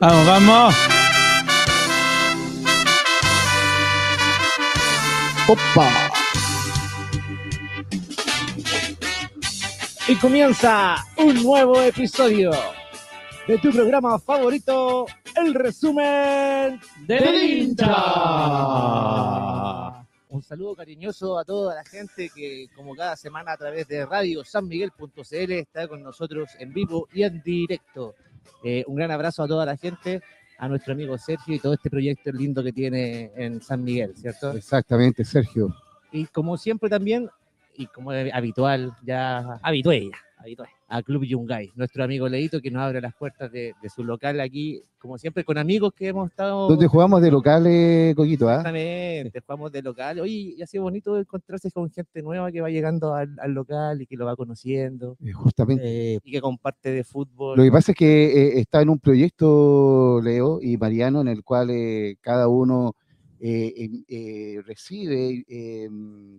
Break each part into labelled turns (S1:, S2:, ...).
S1: Vamos, vamos.
S2: ¡Opa! Y comienza un nuevo episodio de tu programa favorito, el resumen del hincha. Un saludo cariñoso a toda la gente que, como cada semana, a través de Radio San Miguel.cl está con nosotros en vivo y en directo. Eh, un gran abrazo a toda la gente, a nuestro amigo Sergio y todo este proyecto lindo que tiene en San Miguel, ¿cierto?
S3: Exactamente, Sergio.
S2: Y como siempre también, y como es habitual, ya
S4: Habitué ya, habitué.
S2: a Club Yungay, nuestro amigo Leito que nos abre las puertas de, de su local aquí, como siempre, con amigos que hemos estado.
S3: Donde jugamos de locales, Coquito, ¿ah?
S2: Exactamente, jugamos de local. Oye, y ha sido bonito encontrarse con gente nueva que va llegando al, al local y que lo va conociendo
S3: Eh, Justamente.
S4: Eh,
S2: y que comparte de fútbol.
S3: Lo que pasa es que eh, está en un proyecto, Leo y Mariano, en el cual eh, cada uno eh, em- eh, recibe, eh,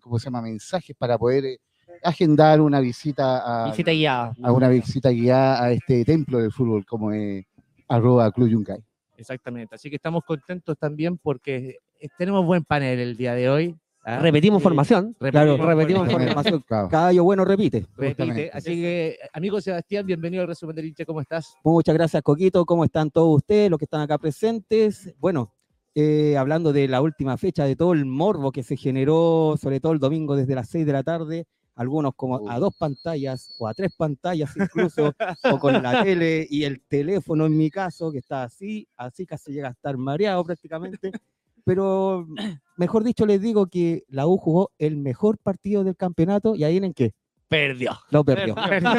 S3: ¿cómo se llama?, mensajes para poder eh, agendar una visita a,
S4: visita guiada.
S3: a una visita guiada a este templo del fútbol, como es arroba Club Yungay.
S2: Exactamente, así que estamos contentos también porque eh, tenemos buen panel el día de hoy. ¿ah?
S4: Repetimos
S2: Eh,
S4: formación.
S2: repetimos
S4: Claro, repetimos
S2: formación.
S4: formación.
S3: Claro.
S4: Cada año bueno repite.
S2: Repite,
S3: Justamente.
S2: Así que, amigo Sebastián, bienvenido al resumen del hincha, ¿cómo estás?
S4: Muchas gracias, Coquito. ¿Cómo están todos ustedes, los que están acá presentes? Bueno, eh, hablando de la última fecha, de todo el morbo que se generó, sobre todo el domingo desde las 6 de la tarde, algunos como a dos pantallas o a tres pantallas incluso, o con la tele y el teléfono en mi caso, que está así, así casi llega a estar mareado prácticamente. Pero, mejor dicho, les digo que la U jugó el mejor partido del campeonato y ahí en qué.
S2: Perdió.
S4: Lo perdió.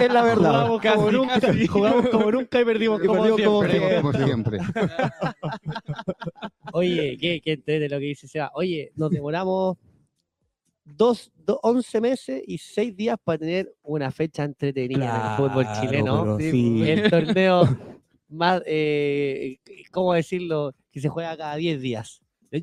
S4: es la verdad.
S5: Jugamos como nunca, jugamos como nunca y perdimos
S4: Y
S5: como
S4: perdió como
S5: siempre.
S4: siempre.
S3: Como siempre.
S4: Oye, qué, qué entrete lo que dice Seba. Oye, nos demoramos dos, do- 11 meses y 6 días para tener una fecha entretenida en el fútbol chileno.
S5: pues.
S4: El torneo más, eh, ¿cómo decirlo? Que se juega cada 10 días.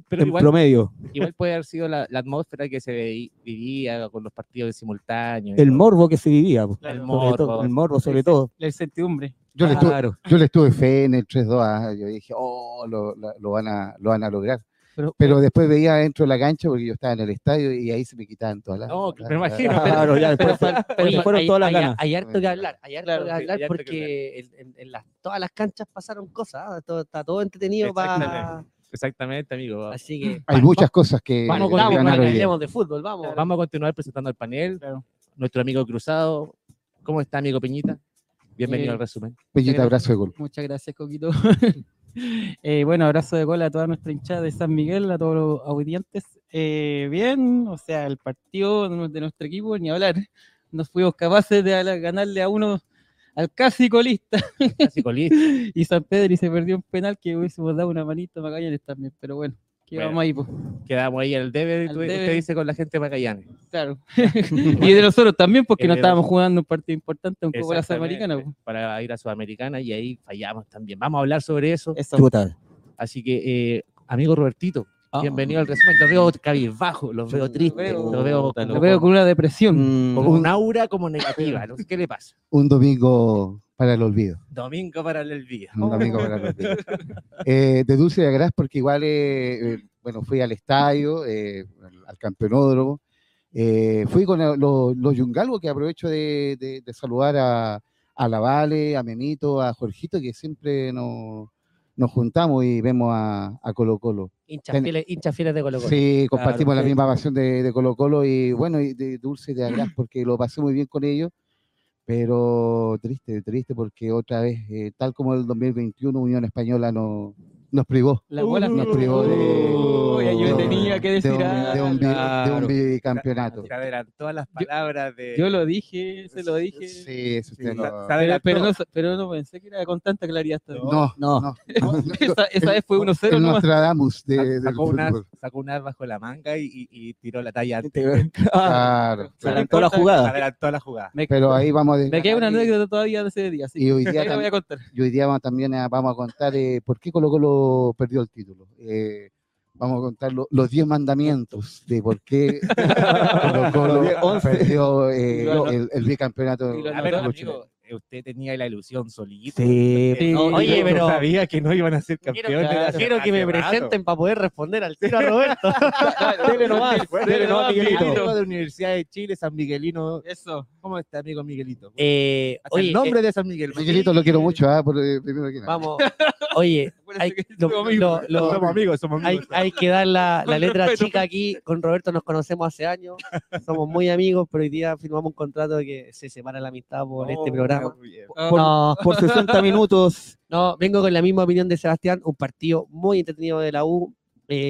S2: Pero igual,
S4: promedio.
S2: igual puede haber sido la, la atmósfera que se veí- vivía con los partidos en simultáneo. y
S4: El
S2: todo.
S4: morbo que se vivía. po.
S2: El
S4: Sobre
S2: morbo.
S4: todo, el morbo sobre todo.
S5: La incertidumbre.
S3: Yo le, estuve,
S4: Claro.
S3: yo le estuve fe en el 3-2, yo dije, oh, lo, la- lo van, a, lo van a lograr.
S4: Pero-
S3: Pero, después veía dentro de la cancha porque yo estaba en el estadio y ahí se me quitaban todas las.
S2: No,
S3: las-
S2: me imagino.
S3: las-
S4: Claro, ya después fue- pero
S2: Oye,
S4: se fueron
S2: hay-
S4: todas las
S2: hay-
S4: ganas.
S2: Hay harto que hablar,
S4: hay harto
S2: Claro,
S4: que
S2: sí,
S4: hablar
S2: hay harto que
S4: porque en, en- en las- todas las canchas pasaron cosas, ah, todo- está todo entretenido para...
S2: Exactamente. Exactamente, amigo.
S4: Así que
S3: Hay muchas cosas que
S2: Vamos
S3: que
S2: con
S3: se
S2: Vamos,
S3: van a
S2: Ganar
S4: Hablemos
S2: hoy
S3: olvidar.
S4: de fútbol, vamos.
S2: Vamos a continuar presentando el panel.
S5: Claro.
S2: Nuestro amigo Cruzado. ¿Cómo está, amigo Peñita? Bienvenido
S5: Eh,
S2: al resumen.
S3: Peñita, abrazo de gol.
S5: Muchas gracias, Coquito. Eh, bueno, abrazo de cola a toda nuestra hinchada de San Miguel, a todos los audientes. Eh, bien, o sea, el partido de nu- de nuestro equipo, ni hablar. Nos fuimos capaces de ala- ganarle a uno al casi colista
S2: Casi colista.
S5: y San Pedro y se perdió un penal que hubiésemos dado una manito a Magallanes también, pero bueno, que
S2: Bueno.
S5: vamos ahí, pues, po.
S2: Quedamos ahí al debe,
S5: Al
S2: tú-
S5: debe.
S2: usted dice, con la gente de Magallanes.
S5: claro. y de nosotros también, porque
S2: El
S5: no
S2: de
S5: estábamos jugando un partido importante, un poco la
S2: Exactamente,
S5: Sudamericana. po.
S2: Para ir a Sudamericana y ahí fallamos también. Vamos a hablar sobre eso.
S5: Eso.
S4: Chuta.
S2: Así que, eh, amigo Robertito,
S4: Ah.
S2: bienvenido al resumen. Los veo cabizbajo, los veo
S4: Chuta,
S2: tristes,
S5: lo
S2: los veo,
S4: veo-
S5: pues. Lo veo con una depresión.
S4: Mm,
S2: con un aura como negativa. no sé ¿Qué le pasa?
S3: Un domingo para el olvido.
S2: Domingo para el día.
S3: Un domingo para el olvido. Eh, de Dulce de Agras, porque igual, eh, eh, bueno, fui al estadio, eh, al- al campeonódromo. eh, fui con la- los, los yungalgos, que aprovecho de, de- de saludar a, a la Vale, a Menito, a Jorgito, que siempre nos, nos juntamos y vemos a, a Colo Colo.
S4: hinchas
S3: ten-
S4: fieles- hinchas fieles de Colo Colo.
S3: Sí, compartimos la
S4: sí.
S3: misma pasión de, de Colo Colo y bueno, y de Dulce de Agras, porque lo pasé muy bien con ellos, pero triste, triste, porque otra vez, eh, tal como el 2021, Unión Española no, nos privó.
S5: La bola
S3: nos privó de,
S5: Uy, yo
S3: de un-
S5: tenía que decir ah,
S3: de un, de un bi- de un
S5: algo.
S3: bicampeonato.
S2: Se adelantó a las palabras de.
S5: Yo lo dije, se lo dije.
S3: Sí, eso
S2: Sí,
S3: usted
S2: se-
S3: no-
S2: se
S5: Pero,
S2: adelantó.
S5: pero no, pero no pensé que era con tanta claridad. también.
S3: No,
S4: No.
S3: no. no, no,
S5: Esa, esa vez fue
S3: el-
S5: 1-0
S3: El
S5: nomás.
S3: Nostradamus de, del
S2: sacó, un as,
S3: fútbol.
S2: sacó un as bajo la manga y, y- y tiró la talla. antes.
S4: Ah,
S3: Claro,
S4: se
S3: claro.
S4: adelantó la
S2: Se
S4: jugada.
S2: adelantó a la jugada.
S5: Me,
S3: Pero ahí vamos a
S5: me queda una
S3: desgranar y-
S5: anécdota todavía de ese día, así
S3: Y hoy
S5: que
S3: día
S5: ahí la voy a
S3: también.
S5: contar.
S3: Y hoy día vamos, también a- vamos a contar eh, por qué Colo Colo perdió el título. Eh, vamos a contar lo- los 10 mandamientos de por qué Colo Colo perdió eh,
S5: Y lo anotó.
S3: el, el bicampeonato.
S5: Y lo
S2: A ver,
S5: anotó.
S2: amigo, eh,
S3: los chilenos.
S2: usted tenía la ilusión solita.
S4: Sí,
S5: Sí.
S2: No,
S1: Oye,
S2: yo
S1: pero-
S2: sabía que no iban a ser
S1: Quiero,
S2: campeones.
S1: claro,
S2: hace-
S1: quiero que me
S2: hace rato.
S1: presenten para poder responder al tiro a Roberto.
S4: dele nomás, dele nomás, Miguelito.
S2: Amigo de Universidad de Chile, San Miguelino.
S5: Eso.
S2: ¿Cómo está, amigo Miguelito?
S1: Eh,
S2: Hasta
S1: oye,
S2: el nombre
S1: eh,
S2: de San Miguel.
S3: Miguelito, lo quiero mucho, ah, por, eh, primero que nada.
S1: vamos. Oye, hay, lo- lo- lo-
S2: somos amigos, somos
S1: hay,
S2: amigos.
S1: hay que dar la, la
S5: Con
S1: letra
S5: respeto.
S1: chica aquí. Con Roberto nos conocemos hace años. Somos muy amigos, pero hoy día firmamos un contrato que se separa la amistad por
S2: Oh,
S1: este programa. No,
S4: Por 60 minutos.
S1: No, vengo con la misma opinión de Sebastián, un partido muy entretenido de la U,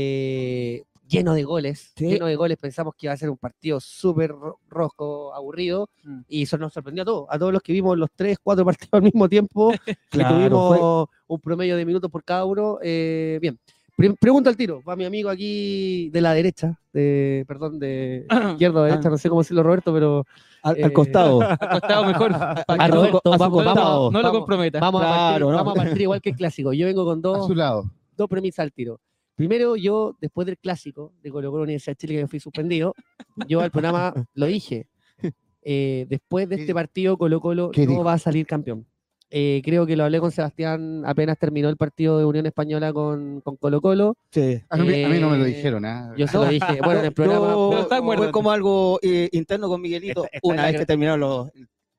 S1: eh, lleno de goles,
S4: Sí.
S1: lleno de goles, pensamos que iba a ser un partido súper ro- rosco, aburrido,
S5: Mm.
S1: y eso nos sorprendió a todos, a todos los que vimos los tres, cuatro partidos al mismo tiempo, que
S4: Claro,
S1: tuvimos un promedio de minutos por cada uno, eh, bien. Pre- Pregunta al tiro, va mi amigo aquí de la derecha, de, perdón, de
S4: Ah.
S1: izquierda a derecha, no sé cómo decirlo Roberto, pero
S4: Al, al
S1: Eh,
S4: costado.
S5: Acostado mejor.
S1: a
S5: no-
S1: Roberto,
S5: no lo-
S1: vamos,
S5: no lo-
S1: vamos,
S5: No lo
S1: vamos.
S5: comprometa.
S1: vamos, a, partir,
S4: Claro, ¿no?
S1: vamos a partir igual que el clásico. Yo vengo con
S3: A
S1: dos,
S3: su lado.
S1: dos premisas al tiro. Primero, yo, después del clásico de Colo Colo Universidad de Chile, que me fui suspendido, yo al programa lo dije. eh, después de este
S3: ¿Qué-
S1: partido, Colo Colo
S3: qué
S1: no
S3: dijo?
S1: va a salir campeón. Eh, creo que lo hablé con Sebastián apenas terminó el partido de Unión Española con, con Colo Colo.
S4: Sí.
S3: A mí, a mí no me lo
S1: Eh,
S3: dijeron, ah.
S1: Yo se lo dije. Bueno, en el programa.
S4: Yo-
S5: Pero está
S4: fue
S5: muerto.
S4: como algo eh, interno con Miguelito
S2: Está- está
S4: una
S2: la
S4: vez que
S2: gra-
S4: terminaron los-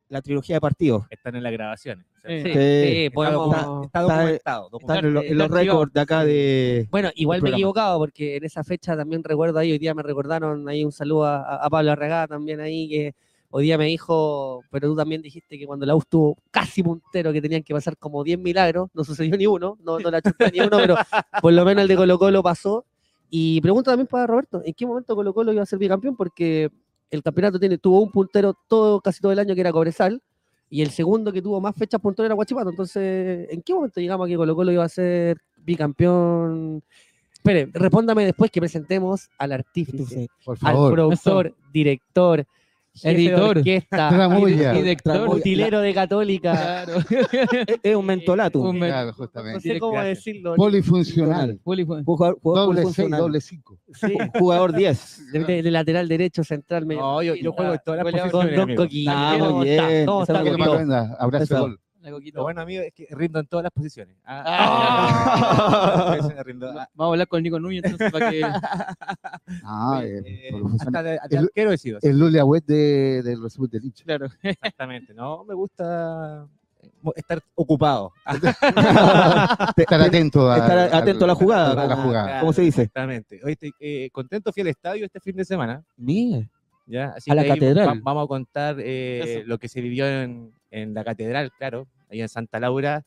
S4: la trilogía de partidos.
S2: Están en la grabación. o sea,
S5: Sí.
S1: sí,
S4: sí,
S1: sí,
S4: está
S1: podemos-
S4: documentado.
S2: Está documentado.
S4: Está
S2: documentado.
S4: en, lo- en los récords de acá de...
S1: Bueno, igual me he
S4: programa.
S1: equivocado porque en esa fecha también recuerdo ahí, hoy día me recordaron ahí un saludo a, a Pablo Arregada también ahí, que hoy día me dijo, pero tú también dijiste que cuando la U estuvo casi puntero, que tenían que pasar como 10 milagros, no sucedió ni uno, no, no la chuté ni uno, pero por lo menos el de Colo Colo pasó. Y pregunto también para Roberto, ¿en qué momento Colo Colo iba a ser bicampeón? Porque el campeonato tiene, tuvo un puntero todo, casi todo el año que era Cobresal. Y el segundo que tuvo más fechas punteras era Guachipato. Entonces, ¿en qué momento llegamos a que Colo Colo iba a ser bicampeón? Espere, respóndame después que presentemos al artífice,
S4: Entonces,
S3: Por
S1: al
S3: favor.
S1: productor, director, jefe
S5: Editor.
S1: de orquesta,
S3: Tramoya.
S5: Director.
S1: utilero de Católica.
S5: Claro.
S4: es, es un mentolato.
S5: Un men-
S3: Claro,
S1: No
S3: justamente.
S1: sé cómo
S2: Director.
S1: decirlo.
S3: Polifuncional.
S5: Puli fue-
S4: Un jugador, jugador
S3: Doble seis,
S4: polifuncional.
S3: doble cinco.
S1: Sí,
S4: Jugador 10.
S1: de, de- de lateral derecho, central, medio. Ah,
S2: No, yo, yo juego en todas las
S1: Con
S2: posiciones.
S1: Don
S2: amigo.
S1: Coquillo.
S4: Ah, muy
S1: ¿Cómo
S4: bien,
S1: está? ¿Cómo está
S4: esa es la
S3: Que
S4: que
S3: te
S1: Coquillo?
S4: Coquito.
S3: manda, Abrazo.
S4: Eso.
S3: gol.
S5: la coquita.
S2: Lo bueno, amigo, es que rindo en todas las posiciones. Ah,
S5: Ah.
S2: Eso, rindo. Ah,
S5: Vamos a hablar con el Nico Núñez entonces para que.
S3: Ah,
S2: eh,
S3: eh,
S2: eh,
S3: polifuncional.
S2: hasta de, de
S3: El-
S2: arquero he sido,
S3: El Lulia Wet de, del Resumen del Hincha.
S5: Claro.
S2: exactamente. No, me gusta eh, estar ocupado.
S3: Estar atento a,
S4: Estar atento a la jugada,
S3: A la
S4: como-
S3: jugada.
S4: ¿Cómo se dice?
S2: Exactamente. Hoy estoy eh, contento, fui al estadio este fin de semana.
S4: Mira.
S2: ¿ya? Así
S4: A la
S2: ahí va-
S4: catedral.
S2: vamos a contar eh,
S5: Eso.
S2: lo que se vivió en, en la catedral, claro, ahí en Santa Laura.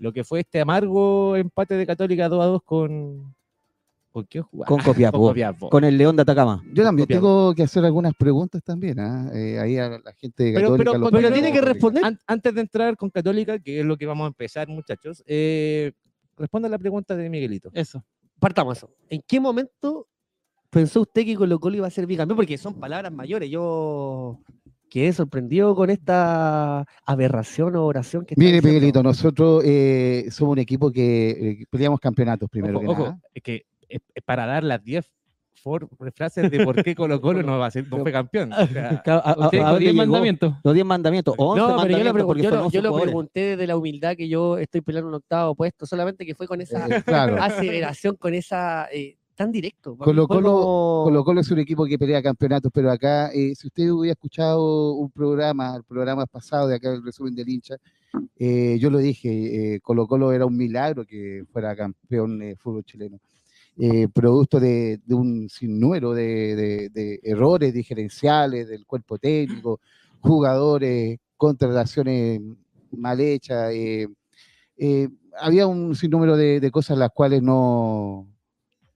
S2: Lo que fue este amargo empate de Católica 2 a 2 con. ¿Con quién jugaba?
S4: Con Copiapó.
S2: Con Copiapó.
S4: Con el León de Atacama.
S3: Yo también
S2: Copiado.
S3: tengo que hacer algunas preguntas también, ¿ah? Eh, ahí a la gente de
S2: Pero-
S3: Católica.
S2: pero-
S3: los
S2: pero
S3: partidos
S2: tiene que
S3: de Católica.
S1: responder.
S2: An- antes de entrar con Católica, que es lo que vamos a empezar, muchachos, eh, responda la pregunta de Miguelito.
S5: Eso.
S1: Partamos eso. ¿En qué momento pensó usted que Colo Colo iba a ser bicampeón? Porque son palabras mayores. Yo quedé sorprendido con esta aberración o oración que está
S3: Mire,
S1: diciendo.
S3: Miguelito, nosotros eh, somos un equipo que eh, peleamos campeonatos primero
S2: ojo,
S3: que
S2: ojo,
S3: nada.
S2: es que es- es para dar las 10 for- frases de por qué Colo Colo no va a ser no fue campeón. O sea,
S4: Claro, a- a-
S5: Usted
S4: a
S5: dijo
S4: dónde
S5: 10
S4: llegó?
S5: mandamientos.
S4: Los 10 mandamientos. 11
S1: No, pero yo,
S4: mandamientos
S1: lo pregun-
S4: porque
S1: yo
S4: son
S1: lo,
S4: 11
S1: yo lo
S4: jugadores.
S1: pregunté desde la humildad que yo estoy peleando un octavo puesto, solamente que fue con esa
S3: Eh, claro.
S1: aseveración, con esa eh, tan directo. Para mí
S3: Colo
S1: fue
S3: Colo-
S1: como-
S3: Colo Colo es un equipo que pelea campeonatos, pero acá, eh, si usted hubiera escuchado un programa, el programa pasado de acá, el resumen del hincha, eh, yo lo dije, eh, Colo Colo era un milagro que fuera campeón de fútbol chileno. Eh, producto de, de un sinnúmero de, de- de errores diferenciales del cuerpo técnico, jugadores, contrataciones mal hechas. eh, eh, había un sinnúmero de, de cosas las cuales no,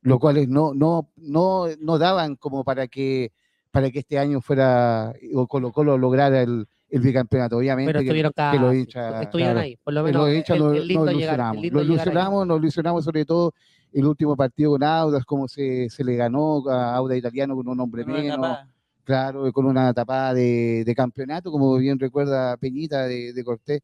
S3: lo cuales no, no, no, no daban como para que, para que este año fuera o Colo Colo lograra el, el bicampeonato. Obviamente
S1: pero
S3: que-
S1: estuvieron
S3: que los
S1: casi,
S3: hinchas,
S1: estuvieron
S3: claro,
S1: ahí, por lo
S3: que
S1: menos
S3: los
S1: el-
S3: hinchas
S1: el
S3: lo, lo
S1: lindo llegar, el
S3: ilusionamos,
S1: lindo
S3: lo
S1: llegar ahí.
S3: ilusionamos, nos ilusionamos sobre todo el último partido con Audas, cómo se, se le ganó a Auda Italiano con un hombre
S5: Una
S3: menos,
S5: tapada.
S3: claro, con una tapada de, de campeonato, como bien recuerda Peñita de, de Cortés,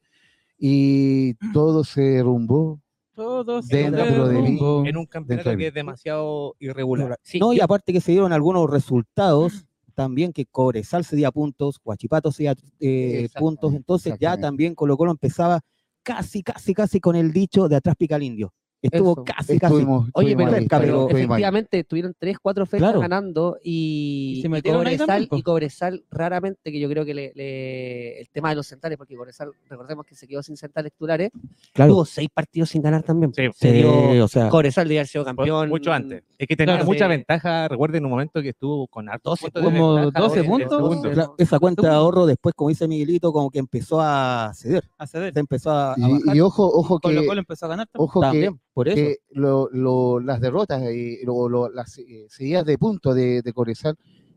S3: y todo se derrumbó.
S5: Todos
S3: Dentro de mí.
S5: rumbo.
S2: en un campeonato
S3: de-
S2: que es demasiado irregular.
S1: Sí,
S4: no, y
S1: yo-
S4: aparte que se dieron algunos resultados también que Cobresal cedía puntos, Huachipato cedía eh,
S3: Exactamente,
S4: puntos, entonces ya
S3: exactamente.
S4: también Colo Colo empezaba casi, casi, casi con el dicho de atrás pica el indio. Estuvo
S1: Eso.
S4: casi, casi.
S3: Estuvimos,
S1: Oye,
S3: estuvimos
S1: pero,
S3: ahí,
S4: cerca,
S1: pero
S4: pero-
S3: estuvimos ahí.
S1: efectivamente estuvieron tres, cuatro fechas
S4: Claro.
S1: ganando y,
S5: Y se
S1: y
S5: metieron ahí
S1: Cobresal,
S5: también,
S1: y
S5: po.
S1: Cobresal raramente, que yo creo que le- le- el tema de los centrales, porque Cobresal, recordemos que se quedó sin centrales titulares, tuvo seis partidos sin ganar también.
S2: Sí.
S1: Se dio-
S4: o sea,
S1: Cobresal debía haber sido campeón.
S2: Mucho antes. Es que tenía
S1: Claro,
S2: mucha
S1: sí.
S2: ventaja. Recuerden un momento que estuvo con hartos
S1: 12
S2: puntos de
S5: como
S2: ventaja,
S5: 12
S2: en el
S5: puntos.
S2: segundo.
S1: Claro.
S4: cla- esa cuenta de ahorro después, como dice Miguelito, como que empezó a ceder,
S5: a ceder.
S4: se empezó a, a bajar.
S3: Y, y ojo, ojo que,
S5: Colo Colo empezó a ganar. también.
S3: ojo que,
S4: También, por eso.
S3: que lo- lo- las derrotas y lo- lo- las eh, seguidas de puntos de, de Cobresal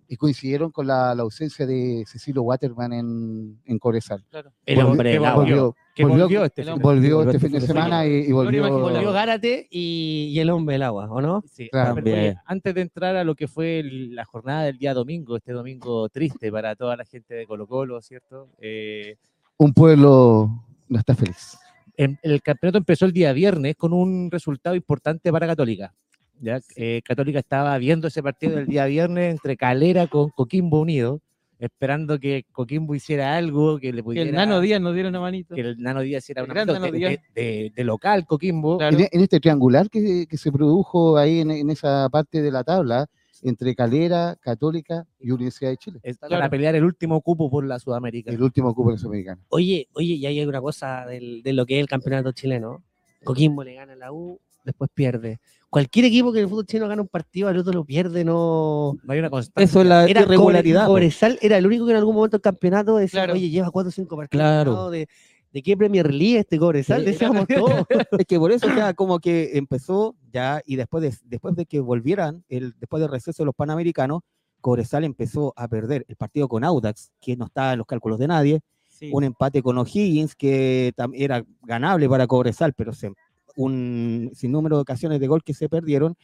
S3: eh, coincidieron con la, la ausencia de Cecilio Waterman en, en Cobresal.
S1: El
S3: Volvió-
S1: hombre,
S2: que
S1: la-
S2: volvió. Que
S3: Volvió-
S2: volvió este
S5: el
S2: fin de-
S5: hombre.
S3: Volvió
S4: Volvió
S3: este fin de semana y, y
S1: volvió
S3: volvió.
S1: Gárate y, y el hombre del agua, ¿o no?
S2: Sí,
S3: Claro.
S2: pero, oye,
S4: También.
S2: antes de entrar a lo que fue el- la jornada del día domingo, este domingo triste para toda la gente de Colo Colo, ¿cierto? Eh,
S3: Un pueblo no está feliz.
S2: em- el campeonato empezó el día viernes con un resultado importante para Católica. ¿ya? Eh, Católica estaba viendo ese partido del día viernes entre Calera con Coquimbo Unido, esperando que Coquimbo hiciera algo, que le
S5: Que
S2: pudiera...
S5: el Nano Díaz nos dieron una manito.
S2: que el Nano Díaz hiciera
S5: El
S2: una
S5: gran
S2: mano de,
S5: Nano Díaz.
S2: de- de- de local Coquimbo.
S5: Claro.
S3: En, en este triangular que, que se produjo ahí en, en esa parte de la tabla entre Calera, Católica y Universidad de Chile.
S2: es- Para
S5: Claro.
S2: pelear el último cupo por la Sudamérica.
S3: El último cupo sudamericano.
S1: Oye, oye, y ahí hay una cosa del- de lo que es el campeonato chileno. Coquimbo le gana a la U, después pierde. Cualquier equipo que en el fútbol chino gana un partido, al otro lo pierde, no...
S2: No hay una constante.
S4: Eso es la
S1: Era
S4: irregularidad.
S1: Cobre- Cobresal era el único que en algún momento del campeonato decía,
S5: Claro.
S1: oye, lleva cuatro o cinco partidos.
S4: Claro.
S1: ganados De, ¿De qué Premier League este Cobresal?
S4: Sí,
S1: Decíamos todos.
S4: Es que por eso ya como que empezó ya y después de, después de que volvieran, el, después del receso de los Panamericanos, Cobresal empezó a perder el partido con Audax, que no estaba en los cálculos de nadie,
S5: Sí.
S4: un empate con O'Higgins, que tam- era ganable para Cobresal, pero se, un sinnúmero de ocasiones de gol que se perdieron.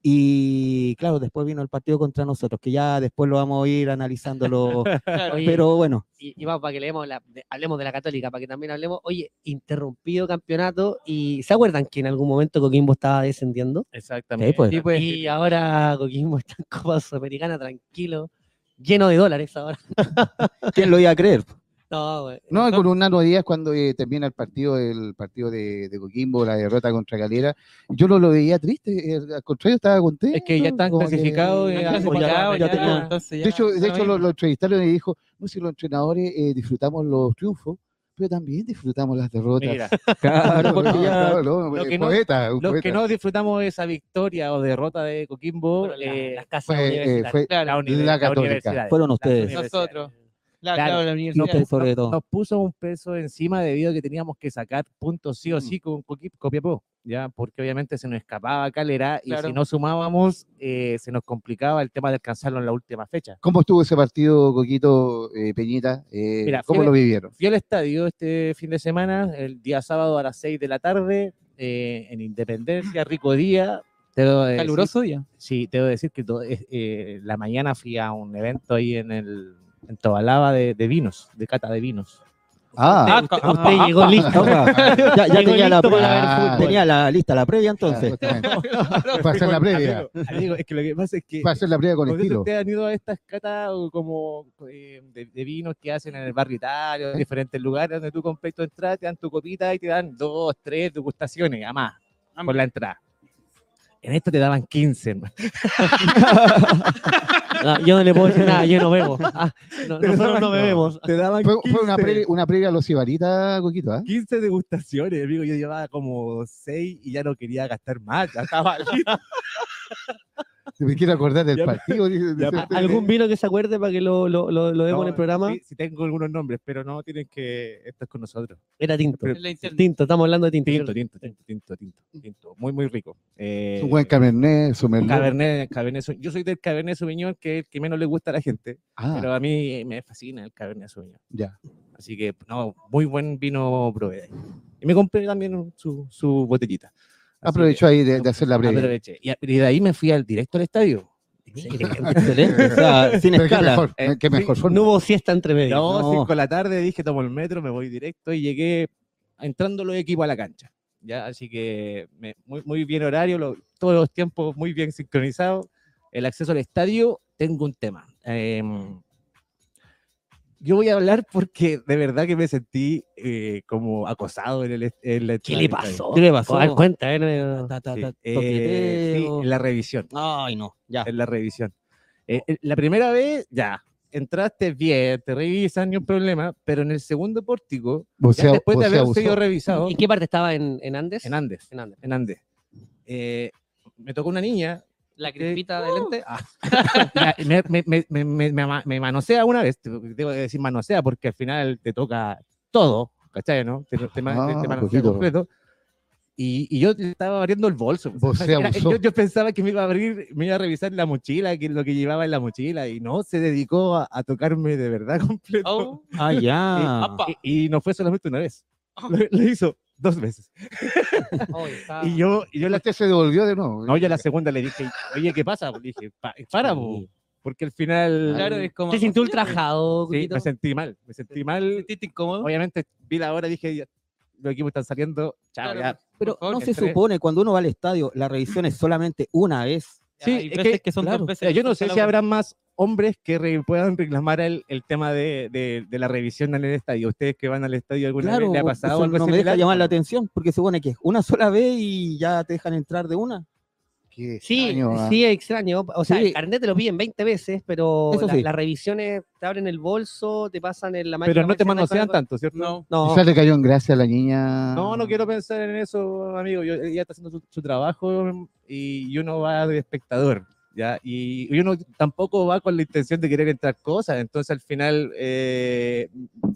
S4: Y claro, después vino el partido contra nosotros, que ya después lo vamos a ir analizándolo.
S1: Oye,
S4: pero bueno,
S1: y, y vamos para que leemos la- de- hablemos de la Católica, para que también hablemos, oye, interrumpido campeonato y ¿se acuerdan que en algún momento Coquimbo estaba descendiendo?
S2: Exactamente.
S4: Sí, pues.
S2: Sí, pues.
S1: Y ahora Coquimbo está en Copa Sudamericana tranquilo, lleno de dólares ahora.
S4: ¿quién lo iba a creer?
S1: No, güey.
S3: No, y con un Nano Díaz cuando eh, termina el partido, el partido de, de Coquimbo, la derrota contra Galera, yo no lo veía triste, eh, al contrario estaba contento.
S2: Es que ya están
S3: como que-
S2: clasificados. eh,
S5: Ya
S2: a
S5: clasificado,
S2: Copa-
S5: ya,
S4: ya tenía-
S5: entonces ya,
S3: De hecho, de
S5: da lo
S3: hecho lo,
S5: mismo.
S3: lo entrevistaron y dijo, no, si los entrenadores eh, disfrutamos los triunfos, pero también disfrutamos las derrotas.
S2: Mira,
S4: Claro, porque
S3: no,
S4: ya-
S3: claro, no,
S2: lo
S3: eh,
S2: que no-
S3: poeta, un
S2: los que
S3: poeta.
S2: no disfrutamos esa victoria o derrota de Coquimbo
S1: Bueno, la-
S2: eh,
S1: las casas
S3: fue, eh,
S1: universitarias.
S3: fue-
S5: Claro,
S2: uni-
S3: la Católica.
S2: universidad.
S4: fueron
S2: Las
S4: ustedes.
S2: universidades.
S5: Nosotros. la,
S2: claro,
S5: claro, la
S4: No,
S5: universidad.
S4: pero sobre todo.
S2: Nos puso un peso encima debido a que teníamos que sacar puntos sí
S3: Mm.
S2: o sí con Coqui- Copiapó, ya porque obviamente se nos escapaba Calera y
S5: Claro.
S2: si no sumábamos eh, se nos complicaba el tema de alcanzarlo en la última fecha.
S3: ¿Cómo estuvo ese partido, Coquito eh, Peñita? Eh,
S2: Mira,
S3: ¿Cómo
S2: fue-
S3: lo vivieron?
S2: Fui al estadio este fin de semana, el día sábado a las 6 de la tarde, eh, en Independencia, rico día. eh, Te debo decir-
S5: Caluroso día.
S2: Sí, te debo decir que to- es- eh, la mañana fui a un evento ahí en el en Tobalaba de, de vinos, de cata de vinos.
S3: Ah,
S5: Ah,
S1: Usted,
S5: ah,
S1: usted
S5: ah,
S1: llegó listo.
S4: Opa, ya, ya
S1: Llegó
S4: tenía, la,
S1: listo
S3: para ver
S4: ah,
S3: fútbol.
S4: tenía la lista, la previa entonces.
S3: Exactamente. Fue a hacer la previa.
S2: ah, Amigo, amigo, es que lo que pasa es que
S3: Fue a hacer la previa con
S2: no sé si
S3: estilo.
S2: ustedes han ido a estas catas o como eh, de, de vinos que hacen en el barrio Italia, en diferentes lugares donde tú compras tu entrada, te dan tu copita y te dan dos, tres degustaciones, a más, por la entrada. En esta te daban 15, hermano.
S1: No, yo no le puedo decir nada, yo no bebo. Ah, no, nosotros no bebemos.
S2: Te daban
S3: Fue, fue una, previa, una previa a los Ibaritas, Coquito, ¿ah?
S2: 15 degustaciones, amigo. Yo llevaba como 6 y ya no quería gastar más. Ya estaba listo.
S3: Me quiero acordar del
S2: Ya-
S3: partido. dice-
S2: ya-
S3: dice-
S1: ¿Algún vino que se acuerde para que lo, lo, lo, lo demos en el
S2: No,
S1: programa?
S2: sí, sí tengo algunos nombres, pero no tienen que. Esto es con nosotros.
S1: Era tinto.
S5: En la interna.
S1: Tinto, estamos hablando de tinto.
S2: Tinto, tinto,
S1: ¿cierto?
S2: tinto, tinto, tinto. tinto. Muy, muy rico. Eh,
S3: Su buen Cabernet, su Merlot.
S2: Cabernet, Cabernet Sau- Yo soy del Cabernet Sauvignon, que es el que menos le gusta a la gente,
S3: Ah,
S2: pero a mí eh, me fascina el Cabernet Sauvignon.
S3: ya.
S2: Así que, no, muy buen vino probé. ahí. Y me compré también su, su botellita. Así que
S3: Aprovechó ahí de, de hacer la previa.
S2: aproveché. Y, a- y de ahí me fui al directo al estadio.
S4: Excelente, o sea, sin
S3: Pero qué
S4: escala.
S3: mejor,
S2: Eh,
S3: qué
S2: sí,
S3: mejor forma.
S1: No hubo siesta entre medio.
S2: No,
S4: no.
S2: 5 de la tarde, dije, tomo el metro, me voy directo y llegué entrando los equipos a la cancha. ¿ya? Así que me- muy, muy bien horario, lo- todos los tiempos muy bien sincronizados. El acceso al estadio, tengo un tema. Em, yo voy a hablar porque de verdad que me sentí eh, como acosado en el... est- en la
S1: ¿Qué
S2: entrada
S1: le
S2: del estadio.
S1: pasó?
S4: ¿Qué le pasó?
S1: A dar cuenta, ¿eh? No-
S4: Ta, ta,
S2: Sí,
S4: ta,
S2: eh,
S4: toqueteo.
S2: sí, en la revisión.
S4: Ay, no, ya.
S2: en la revisión. Eh, eh, la primera vez, ya, entraste bien, te revisan, ni un problema, pero en el segundo pórtico,
S3: O
S2: ya
S3: sea,
S2: después
S3: o
S2: de
S3: sea,
S2: haber
S3: abusó.
S2: sido revisado
S1: ¿En qué parte estaba? ¿En, en Andes?
S2: en Andes,
S1: En Andes.
S2: en Andes, eh, me tocó una niña,
S1: La crispita
S5: Oh.
S1: de lente. Ah,
S2: la- me, me- me- me- me- me ama- me manosea una vez, tengo que decir manosea porque al final te toca todo, ¿cachai? ¿no? Te, te ma- te- te
S3: Ah,
S2: manosea
S3: poquito.
S2: completo. Y, y yo le estaba abriendo el bolso. pues,
S3: Vos se
S2: Era-
S3: abusó.
S2: yo, yo pensaba que me iba a abrir, me iba a revisar la mochila, que lo que llevaba en la mochila, y no, se dedicó a, a tocarme de verdad completo.
S5: Oh,
S4: Ah, ya.
S5: apa.
S2: Y, y no fue solamente una vez,
S5: Ah.
S2: lo, lo hizo dos veces.
S1: oh, está-
S2: Y yo, y yo la,
S3: Este se devolvió de nuevo.
S2: no, yo la segunda le dije, oye, ¿qué pasa? Le dije, "Pa- eh, para, po", porque al final
S5: Claro, es como.
S1: ¿Te sintió ultrajado,
S2: sí,
S1: Cuquito?
S2: me sentí mal, me sentí
S5: ¿Te
S2: mal.
S5: sentiste incómodo?
S2: Obviamente vi la hora y dije, "Ya, los equipos están saliendo, chao,
S5: Claro,
S2: ya.
S4: Pero
S5: por favor,
S4: no
S5: que
S4: se
S5: entre-
S4: supone, cuando uno va al estadio, la revisión es solamente una vez.
S2: Sí,
S5: Hay
S2: es
S5: veces
S2: que,
S5: que, son
S4: claro.
S5: dos
S2: Mira,
S5: veces.
S2: yo no
S5: la
S2: sé si
S5: misma
S2: habrá más hombres que re- puedan reclamar el, el tema de, de- de la revisión en el estadio. Ustedes que van al estadio alguna
S4: Claro,
S2: vez le ha
S4: por
S2: pasado
S4: eso
S2: algo
S4: no me deja
S2: similar?
S4: llamar la atención, porque se supone que es una sola vez y ya te dejan entrar de una.
S3: Qué
S1: Sí,
S3: extraño, ah.
S1: sí, extraño. O sea, el
S4: Sí.
S1: carnet te lo piden 20 veces, pero
S4: Eso
S1: la-
S4: sí.
S1: las revisiones te abren el bolso, te pasan en la máquina.
S2: Pero no te
S1: para que se
S2: manosean
S1: vayan con-
S2: tanto, ¿cierto?
S5: No.
S1: No,
S3: Quizás le cayó en gracia a la niña.
S2: No,
S4: Ah.
S2: no quiero pensar en eso, amigo. Yo, ella está haciendo su, su trabajo y, y uno va de espectador, ¿ya? Y, y uno tampoco va con la intención de querer entrar cosas. Entonces, al final, eh,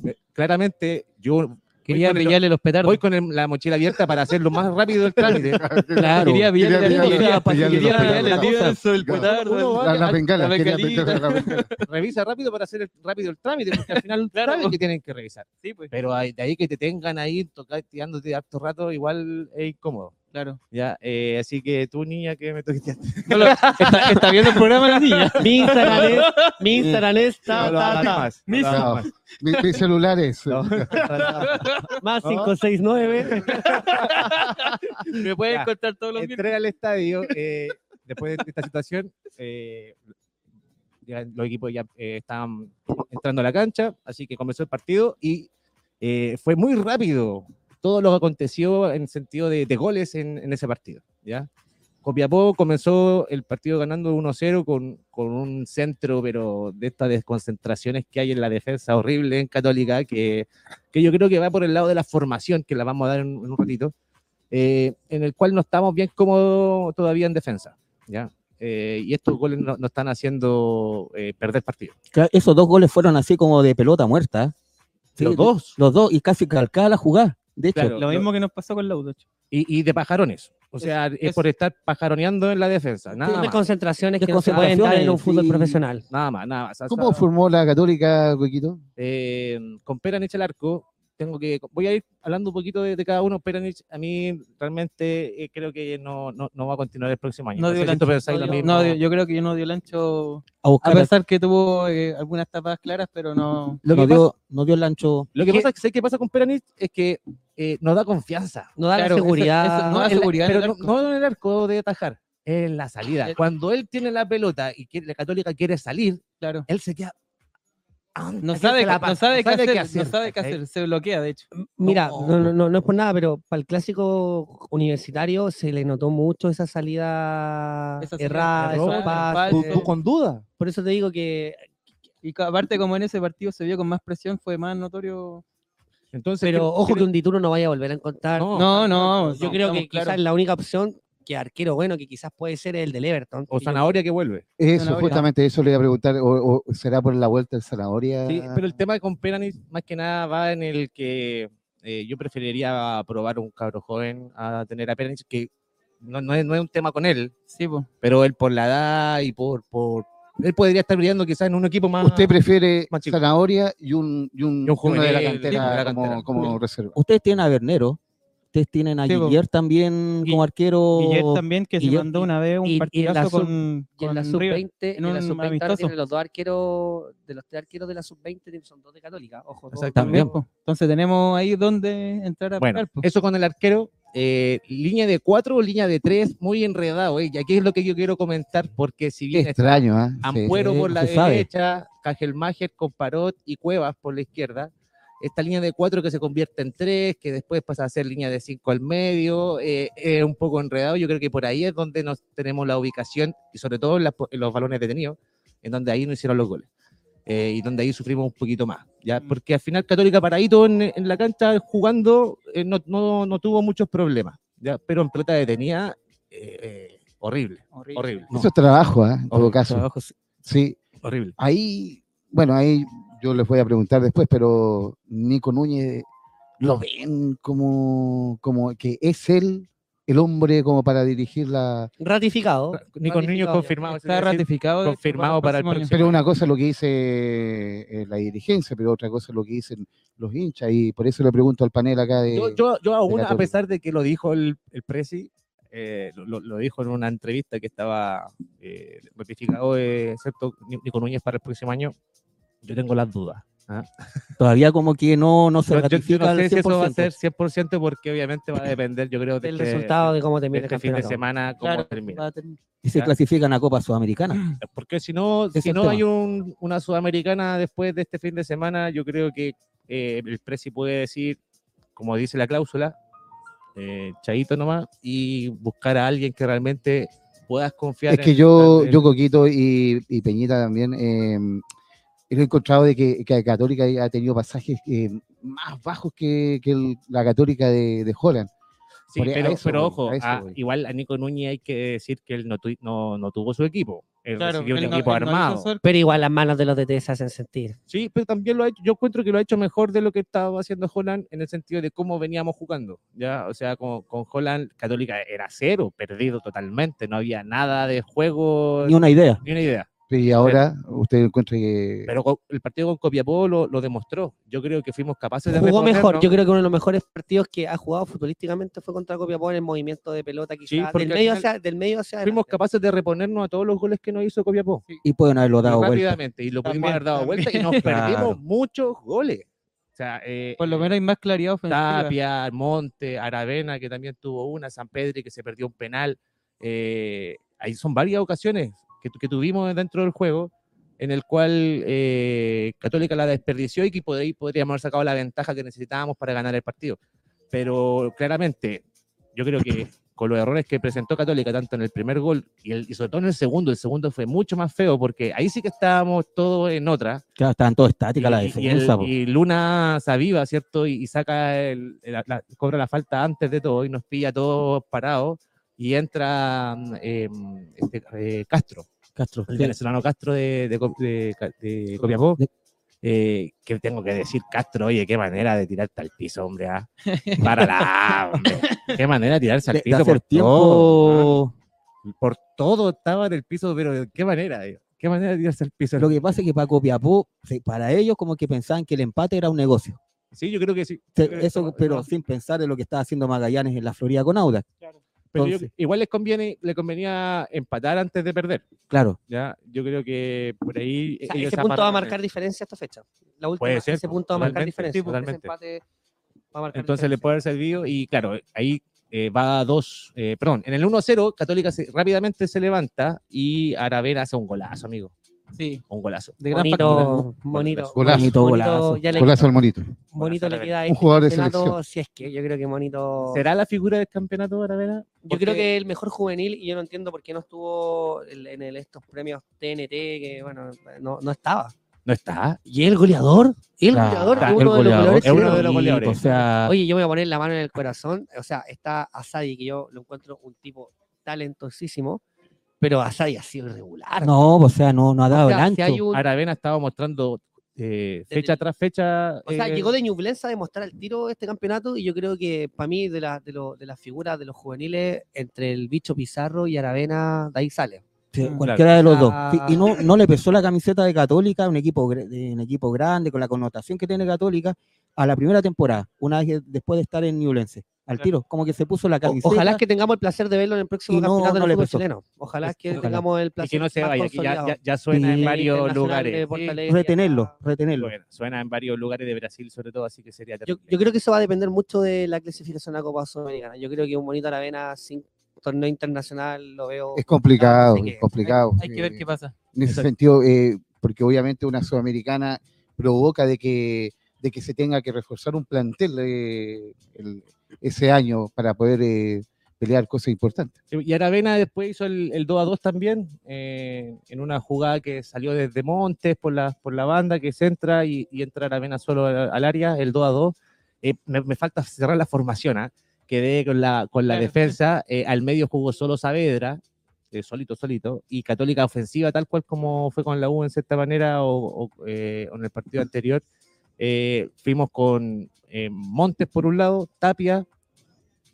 S2: me- claramente, yo
S5: Quería
S2: voy con, el-
S5: pillarle los petardos.
S2: voy con el- la mochila abierta para hacerlo más rápido el trámite.
S4: Claro.
S5: Quería pillarle
S3: Quería
S5: la-
S3: pillarle-
S5: quería-
S3: pillarle
S5: quería
S3: los
S5: pillarle
S3: petardos.
S5: el lienzo, el
S3: Claro.
S5: petardo,
S2: Uno
S5: el-
S2: va
S3: La, la
S2: al-
S3: bengala,
S5: la
S3: quería
S5: bengalita.
S3: meter la bengala.
S2: revisa rápido para hacer el- rápido el trámite, porque al final
S5: Claro.
S2: saben que tienen que revisar.
S5: Sí, pues,
S2: Pero ahí- de ahí que te tengan ahí tocar, tirándote harto rato, igual es incómodo.
S5: claro.
S2: Ya, eh, así que tú, niña, que me toquiste.
S5: No lo- está, está viendo el programa la niña.
S1: mi Instagram es, mi Instagram es ta,
S2: No lo
S1: ta,
S2: hagas
S1: ta,
S2: más.
S5: Mis-
S2: no lo hagas más.
S3: Mi, mi celular es.
S2: No.
S1: más 569.
S5: Me pueden
S2: Ya.
S5: encontrar todos los miércoles.
S2: Entré al estadio eh, después de esta situación. eh, ya los equipos ya eh, estaban entrando a la cancha, así que comenzó el partido y eh, fue muy rápido todo lo que aconteció en sentido de, de goles en, en ese partido. ¿ya? Copiapó comenzó el partido ganando 1-0 con, con un centro, pero de estas desconcentraciones que hay en la defensa horrible en Católica, que, que yo creo que va por el lado de la formación, que la vamos a dar en, en un ratito, eh, en el cual no estamos bien cómodos todavía en defensa. ¿ya? Eh, y estos goles no- nos están haciendo eh, perder partido.
S4: Claro, esos dos goles fueron así como de pelota muerta. ¿eh? Sí,
S2: Los dos.
S4: Los dos, y casi calcada la jugada. De hecho,
S2: Claro.
S5: Lo mismo que nos pasó con Laudo.
S2: Y, y de pajarones. O sea, es,
S5: es-
S2: por estar pajaroneando en la defensa. Nada
S1: Son
S2: más.
S1: desconcentraciones que no se pueden dar en un
S4: Desconcentraciones,
S1: fútbol
S4: sí.
S1: profesional.
S2: Nada más, nada más. O sea,
S3: ¿Cómo formó la católica, Cuequito?
S2: eh, con Peranich al arco, tengo que, voy a ir hablando un poquito de, de cada uno. Peranich, a mí realmente eh, creo que no, no, no va a continuar el próximo año.
S5: No
S2: sé
S5: dio
S2: si tú
S5: el
S2: pensáis lo mismo.
S5: No, dio- yo creo que no dio el ancho.
S4: a
S5: A
S4: buscar.
S5: pesar que tuvo eh, algunas tapadas claras, pero no.
S4: no,
S2: Lo que
S4: dio, no dio el ancho.
S2: Lo que
S1: ¿Qué?
S2: pasa es que sé que pasa con Peranich es que eh, no da confianza.
S1: No da
S5: Claro,
S1: la
S5: eso-
S1: seguridad.
S5: eso- no da
S2: en la-
S5: seguridad en
S2: pero
S5: el
S2: no,
S5: arco.
S2: no en el arco de atajar, en la salida.
S5: El-
S2: Cuando él tiene la pelota y quiere- la Católica quiere salir,
S5: Claro.
S2: él se queda. ah,
S5: No
S2: se
S5: sabe,
S2: la
S5: qué-
S2: pasa,
S5: no sabe qué hacer,
S2: hacer,
S5: no sabe qué
S2: ¿cachai?
S5: hacer, se bloquea de hecho.
S1: Mira,
S5: No.
S1: no, no, no, no es por nada, pero para el clásico universitario se le notó mucho esa salida
S5: Esa salida
S2: errada,
S1: errada, esos pases.
S5: falta.
S2: Tú- tú con duda.
S1: Por eso te digo que
S5: Y ca- aparte como en ese partido se vio con más presión, fue más notorio.
S2: Entonces,
S1: Pero
S2: ¿qué-
S1: ojo
S2: qué-
S1: que un dituro no vaya a volver a encontrar.
S2: No,
S5: No, no,
S1: yo creo
S5: no,
S1: que
S5: estamos claros.
S1: quizás la única opción que arquero bueno que quizás puede ser es el del Everton.
S2: O
S1: que yo-
S2: zanahoria que vuelve.
S3: Eso,
S5: Zanahoria.
S3: justamente eso le iba a preguntar. ¿O, o será por la vuelta del zanahoria?
S2: Sí,
S5: Ah.
S2: pero el tema con Peranis más que nada va en el que eh, yo preferiría probar un cabro joven a tener a Peranis, que no, no es, no es un tema con él,
S5: Sí, po.
S2: pero él por la edad y por... por él podría estar brillando quizás en un equipo más...
S3: ¿Usted prefiere
S2: más chico.
S3: zanahoria y un, y un,
S2: Y un
S3: uno de la
S2: juvenil,
S3: cantera,
S2: sí, de la cantera.
S3: como, como reserva?
S4: Ustedes tienen a Bernero, ustedes tienen a
S5: Sí, po.
S4: Guillier también
S5: Gui-
S4: como arquero.
S5: Guillet también que se
S4: Guillet-
S5: mandó una vez un
S1: y- y en la
S5: partidazo
S1: sub-
S5: con,
S1: Y en la
S5: con River.
S1: sub-20, en,
S5: en
S1: la
S5: un
S1: sub-20 ahora
S5: amistoso.
S1: tienen los dos arqueros, de los tres arqueros de la sub-20 son dos de Católica, ojo. dos-
S2: Exactamente.
S5: También,
S1: dos-
S5: po. Entonces tenemos ahí donde entrar a
S2: Bueno,
S5: pegar, po.
S2: eso con el arquero eh, línea de cuatro o línea de tres, muy enredado. ¿eh? Y aquí es lo que yo quiero comentar, porque si
S3: Qué
S2: bien está
S3: extraño, ¿ah? Sí.
S2: Ampuero
S4: sí,
S2: por
S4: no
S2: la
S4: se sabe.
S2: derecha, Cajelmacher con Parot y Cuevas por la izquierda. Esta línea de cuatro que se convierte en tres, que después pasa a ser línea de cinco al medio, eh, es un poco enredado. Yo creo que por ahí es donde nos tenemos la ubicación y sobre todo en, las po- en los balones detenidos, en donde ahí no hicieron los goles eh, y donde ahí sufrimos un poquito más. ¿ya?
S5: Mm.
S2: Porque al final Católica Paradito en, en la cancha jugando eh, no, no- no tuvo muchos problemas, ¿ya? pero en pelota detenida, eh, eh, horrible,
S5: Horrible.
S2: horrible,
S3: Eso es trabajo, ¿ah? En todo
S2: Horrible,
S3: caso.
S4: Trabajo, sí.
S3: Sí,
S2: horrible.
S3: ahí, bueno, ahí yo les voy a preguntar después, pero Nico Núñez, ¿lo ven como, como que es él el hombre como para dirigir la...
S1: Ratificado.
S2: Nico Niño
S1: Ratificado ya.
S2: confirmado.
S5: Está
S2: es decir,
S5: ratificado. de hecho,
S2: confirmado para el
S5: año.
S3: Pero una cosa es lo que dice eh, la dirigencia, pero otra cosa es lo que dicen los hinchas, y por eso le pregunto al panel acá de...
S2: Yo, yo, yo aún, a
S3: Católica.
S2: pesar de que lo dijo el, el Presi, eh, lo- lo, lo dijo en una entrevista que estaba eh, ratificado, eh, excepto Ni- Nico Núñez para el próximo año, yo tengo las dudas.
S4: Todavía como que no, no se
S2: Yo, yo- yo
S4: ratifica
S2: no
S4: al
S2: sé si eso va a
S4: 100%.
S2: ser 100% porque obviamente va a depender, yo creo, de
S1: El
S2: este-
S1: resultado de cómo
S2: de
S1: termina el
S2: este fin de
S1: campeonato.
S2: semana, cómo
S5: Claro,
S2: termina.
S5: va a terminar.
S4: Y se
S2: Ya.
S4: clasifican a Copa Sudamericana.
S2: Porque si no,
S4: Ese es
S2: si
S4: el
S2: no
S4: tema.
S2: hay un- una sudamericana después de este fin de semana, yo creo que eh, el Presi puede decir, como dice la cláusula, eh, chaito nomás, y buscar a alguien que realmente puedas confiar.
S3: Es que
S2: en-
S3: yo,
S2: en-
S3: yo Coquito y, y Peñita también, eh, he encontrado de que, que Católica ha tenido pasajes eh, más bajos que, que el- la Católica de, de Holland.
S2: Sí,
S3: por- a
S2: pero,
S3: eso
S2: pero
S3: voy,
S2: ojo,
S3: a eso
S2: a-
S3: voy.
S2: igual a Nico Núñez hay que decir que él no, tu- no, no tuvo su equipo. Él
S5: Claro,
S2: recibió un
S5: él no-
S2: equipo
S5: él no hizo
S2: armado.
S5: suerte.
S1: Pero igual las manos de los DT se hacen sentir.
S2: Sí, pero también lo ha hecho, yo encuentro que lo ha hecho mejor de lo que estaba haciendo Holland en el sentido de cómo veníamos jugando, ¿ya? O sea, con, con Holland, Católica era cero, perdido totalmente, no había nada de juego,
S4: Ni una idea.
S2: ni una idea.
S3: Y ahora usted encuentra que...
S2: Pero co- el partido con Copiapó lo, lo demostró. Yo creo que fuimos capaces de
S1: Jugó mejor.
S2: reponernos.
S1: Yo creo que uno de los mejores partidos que ha jugado futbolísticamente fue contra Copiapó en el movimiento de pelota quizás.
S2: Sí, porque
S1: del,
S2: al
S1: medio
S2: final
S1: hacia, del medio hacia
S2: Fuimos
S1: adelante.
S2: capaces de reponernos a todos los goles que nos hizo Copiapó.
S4: Y pueden haberlo
S2: Y
S4: dado vuelta.
S2: rápidamente, y lo pudimos
S5: También,
S2: haber dado vuelta y nos
S4: Claro.
S2: perdimos muchos goles. O sea, eh,
S5: Por lo menos hay más claridad ofensiva.
S2: Tapia, Monte, Aravena, que también tuvo una, San Pedri, que se perdió un penal. Eh, ahí son varias ocasiones que, tu- que tuvimos dentro del juego en el cual eh, Católica la desperdició y que por ahí podríamos haber sacado la ventaja que necesitábamos para ganar el partido. Pero claramente, yo creo que con los errores que presentó Católica, tanto en el primer gol y, el- y sobre todo en el segundo, el segundo fue mucho más feo porque ahí sí que estábamos todos en otra.
S4: Claro, estaban todo estática la
S2: Y- y- y
S4: defensa.
S2: el-
S4: po.
S2: Y, Luna se aviva, ¿cierto? Y, y saca el, el- la- la- cobra la falta antes de todo y nos pilla todos parados. Y entra mm, em, este, eh, Castro,
S4: Castro.
S2: el
S4: sí.
S2: venezolano Castro de, de, Co- de Ca- de Copiapó.
S4: De-
S2: Eh, que tengo que decir, Castro, oye, qué manera de tirarte al piso, hombre. ah. Párala, hombre. Qué manera de tirarse al
S4: De, de
S2: piso.
S4: hacer
S2: por todo,
S4: tiempo.
S2: ah. Por todo estaba en el piso, pero de qué manera, digo, qué manera de tirarse al piso.
S4: Lo que pasa es que para Copiapó, se- para ellos como que pensaban que el empate era un negocio.
S2: Sí, yo creo que sí.
S4: Se-
S2: Yo creo que
S4: Eso,
S2: estaba-
S4: pero
S2: estaba-
S4: sin pensar en lo que estaba haciendo Magallanes en la Florida con Audax.
S2: Pero yo-
S4: Entonces-
S2: igual les conviene, le convenía empatar antes de perder.
S4: Claro,
S2: ¿ya? Yo creo que por ahí.
S1: O sea,
S2: ellos
S1: ese punto va a
S2: amarran.
S1: marcar diferencia esta fecha. La última,
S2: Puede ser,
S1: ese punto va a marcar
S2: totalmente,
S1: diferencia. porque ese
S2: totalmente.
S1: empate va a marcar
S2: Entonces le
S1: diferencia.
S2: puede haber servido y claro, ahí eh, va a dos. eh, perdón, en el 1-0, Católica se- rápidamente se levanta y Aravena hace un golazo, amigo.
S5: Sí,
S2: Un golazo.
S5: de gran factura.
S1: Bonito, bonito.
S3: Golazo.
S4: Bonito golazo.
S1: ya le,
S3: Golazo al monito.
S1: bonito le
S2: Golazo,
S1: queda a
S3: Un
S1: este
S3: jugador de
S1: campeonato,
S3: selección.
S1: Si es que yo creo que Monito.
S2: ¿Será la figura del campeonato Aravena?
S1: Yo
S2: Porque-
S1: creo que es el mejor juvenil y yo no entiendo por qué no estuvo el- en el- estos premios TNT, que bueno, no, no estaba.
S2: No está.
S1: ¿Y el goleador? ¿Y el
S4: Claro,
S1: goleador?
S2: está,
S1: es uno
S2: el
S1: de los
S2: goleador,
S1: goleadores
S2: es uno
S1: chilenos.
S2: de los goleadores.
S4: O sea,
S1: Oye, yo voy a poner la mano en el corazón. O sea, está Asadi, que yo lo encuentro un tipo talentosísimo, pero Asadi ha sido irregular.
S4: no, o sea, no, no ha
S1: O
S4: dado
S1: sea, si
S4: el
S1: hay
S4: ancho.
S1: un-
S2: Aravena estaba mostrando eh, fecha tras fecha.
S1: o sea,
S2: eh,
S1: llegó de Ñublense a demostrar el tiro este campeonato y yo creo que para mí de, la- de, lo- de las figuras de los juveniles, entre el bicho Pizarro y Aravena, de ahí sale.
S4: Sí,
S5: Mm, Claro.
S4: cualquiera de los dos. Sí,
S1: Ah.
S4: Y no, no le pesó la camiseta de Católica, un equipo, gre- de un equipo grande, con la connotación que tiene Católica, a la primera temporada, una vez que- después de estar en Newlense. al
S5: Claro.
S4: tiro, como que se puso la
S1: O-
S4: camiseta.
S1: ojalá que tengamos el placer de verlo en el próximo
S4: Y no-
S1: campeonato
S4: no
S1: del
S4: le
S1: fútbol
S4: pasó.
S1: chileno. Ojalá que
S4: Ojalá.
S1: tengamos
S2: eh,
S1: el
S2: Y
S1: placer
S2: que no se
S1: más
S2: vaya, que ya,
S1: consolidado.
S2: ya- ya suena
S4: Sí,
S2: en varios
S1: Internacional de
S2: lugares.
S1: Porto
S2: Sí,
S1: Alegre,
S4: retenerlo, retenerlo.
S2: suena, suena en varios lugares de Brasil, sobre todo, así que sería
S1: Yo,
S2: terrible.
S1: yo creo que eso va a depender mucho de la clasificación a Copa Sudamericana. Yo creo que un bonito Aravena sin torneo internacional lo veo.
S3: Es complicado,
S1: Así que
S3: es complicado.
S5: Hay Ah, que ver
S3: eh,
S5: qué pasa.
S3: En ese
S2: Exacto.
S3: sentido, eh, porque obviamente una sudamericana provoca de que, de que se tenga que reforzar un plantel eh, el- ese año para poder eh, pelear cosas importantes.
S2: Sí, Y Aravena después hizo el, el 2 a 2 también, eh, en una jugada que salió desde Montes por la, por la banda, que se entra y, y entra Aravena solo al, al área, el 2 a 2. Eh, me, me falta cerrar la formación, ¿ah? quedé con la, con la
S5: Claro.
S2: defensa, eh, al medio jugó solo Saavedra, eh, solito, solito, y Católica ofensiva, tal cual como fue con la U en cierta manera o, o, eh, o en el partido anterior. Eh, fuimos con eh, Montes por un lado, Tapia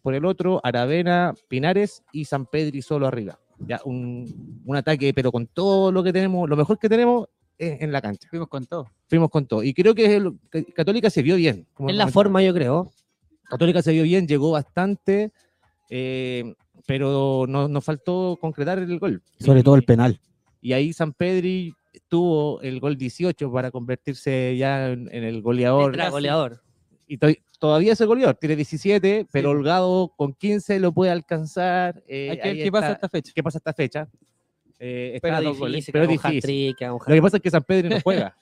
S2: por el otro, Aravena, Pinares y San Pedri solo arriba. Ya, un, un ataque, pero con todo lo que tenemos, lo mejor que tenemos es en la cancha.
S5: Fuimos con todo.
S2: Fuimos con todo. Y creo que el- que Católica se vio bien. como
S1: Es la
S2: comentaba.
S1: forma, yo creo.
S2: Católica se vio bien, llegó bastante, eh, pero no- nos faltó concretar el gol.
S4: Sobre
S2: Y-
S4: todo el penal.
S2: y ahí San Pedri tuvo el gol 18 para convertirse ya en, en el goleador.
S1: Entra goleador.
S2: Y to- todavía es el goleador, tiene 17, pero
S5: Sí.
S2: Holgado con 15 lo puede alcanzar. eh,
S5: Hay que ver
S2: ahí
S5: qué pasa
S2: está-
S5: esta fecha.
S2: qué pasa esta fecha. Eh, está
S1: Pero
S2: a dos
S1: difícil,
S2: goles,
S1: que
S2: pero
S1: haga un
S2: es difícil.
S1: hat-trick, que haga un
S2: Lo
S1: hat-
S2: que pasa es que San Pedri no juega.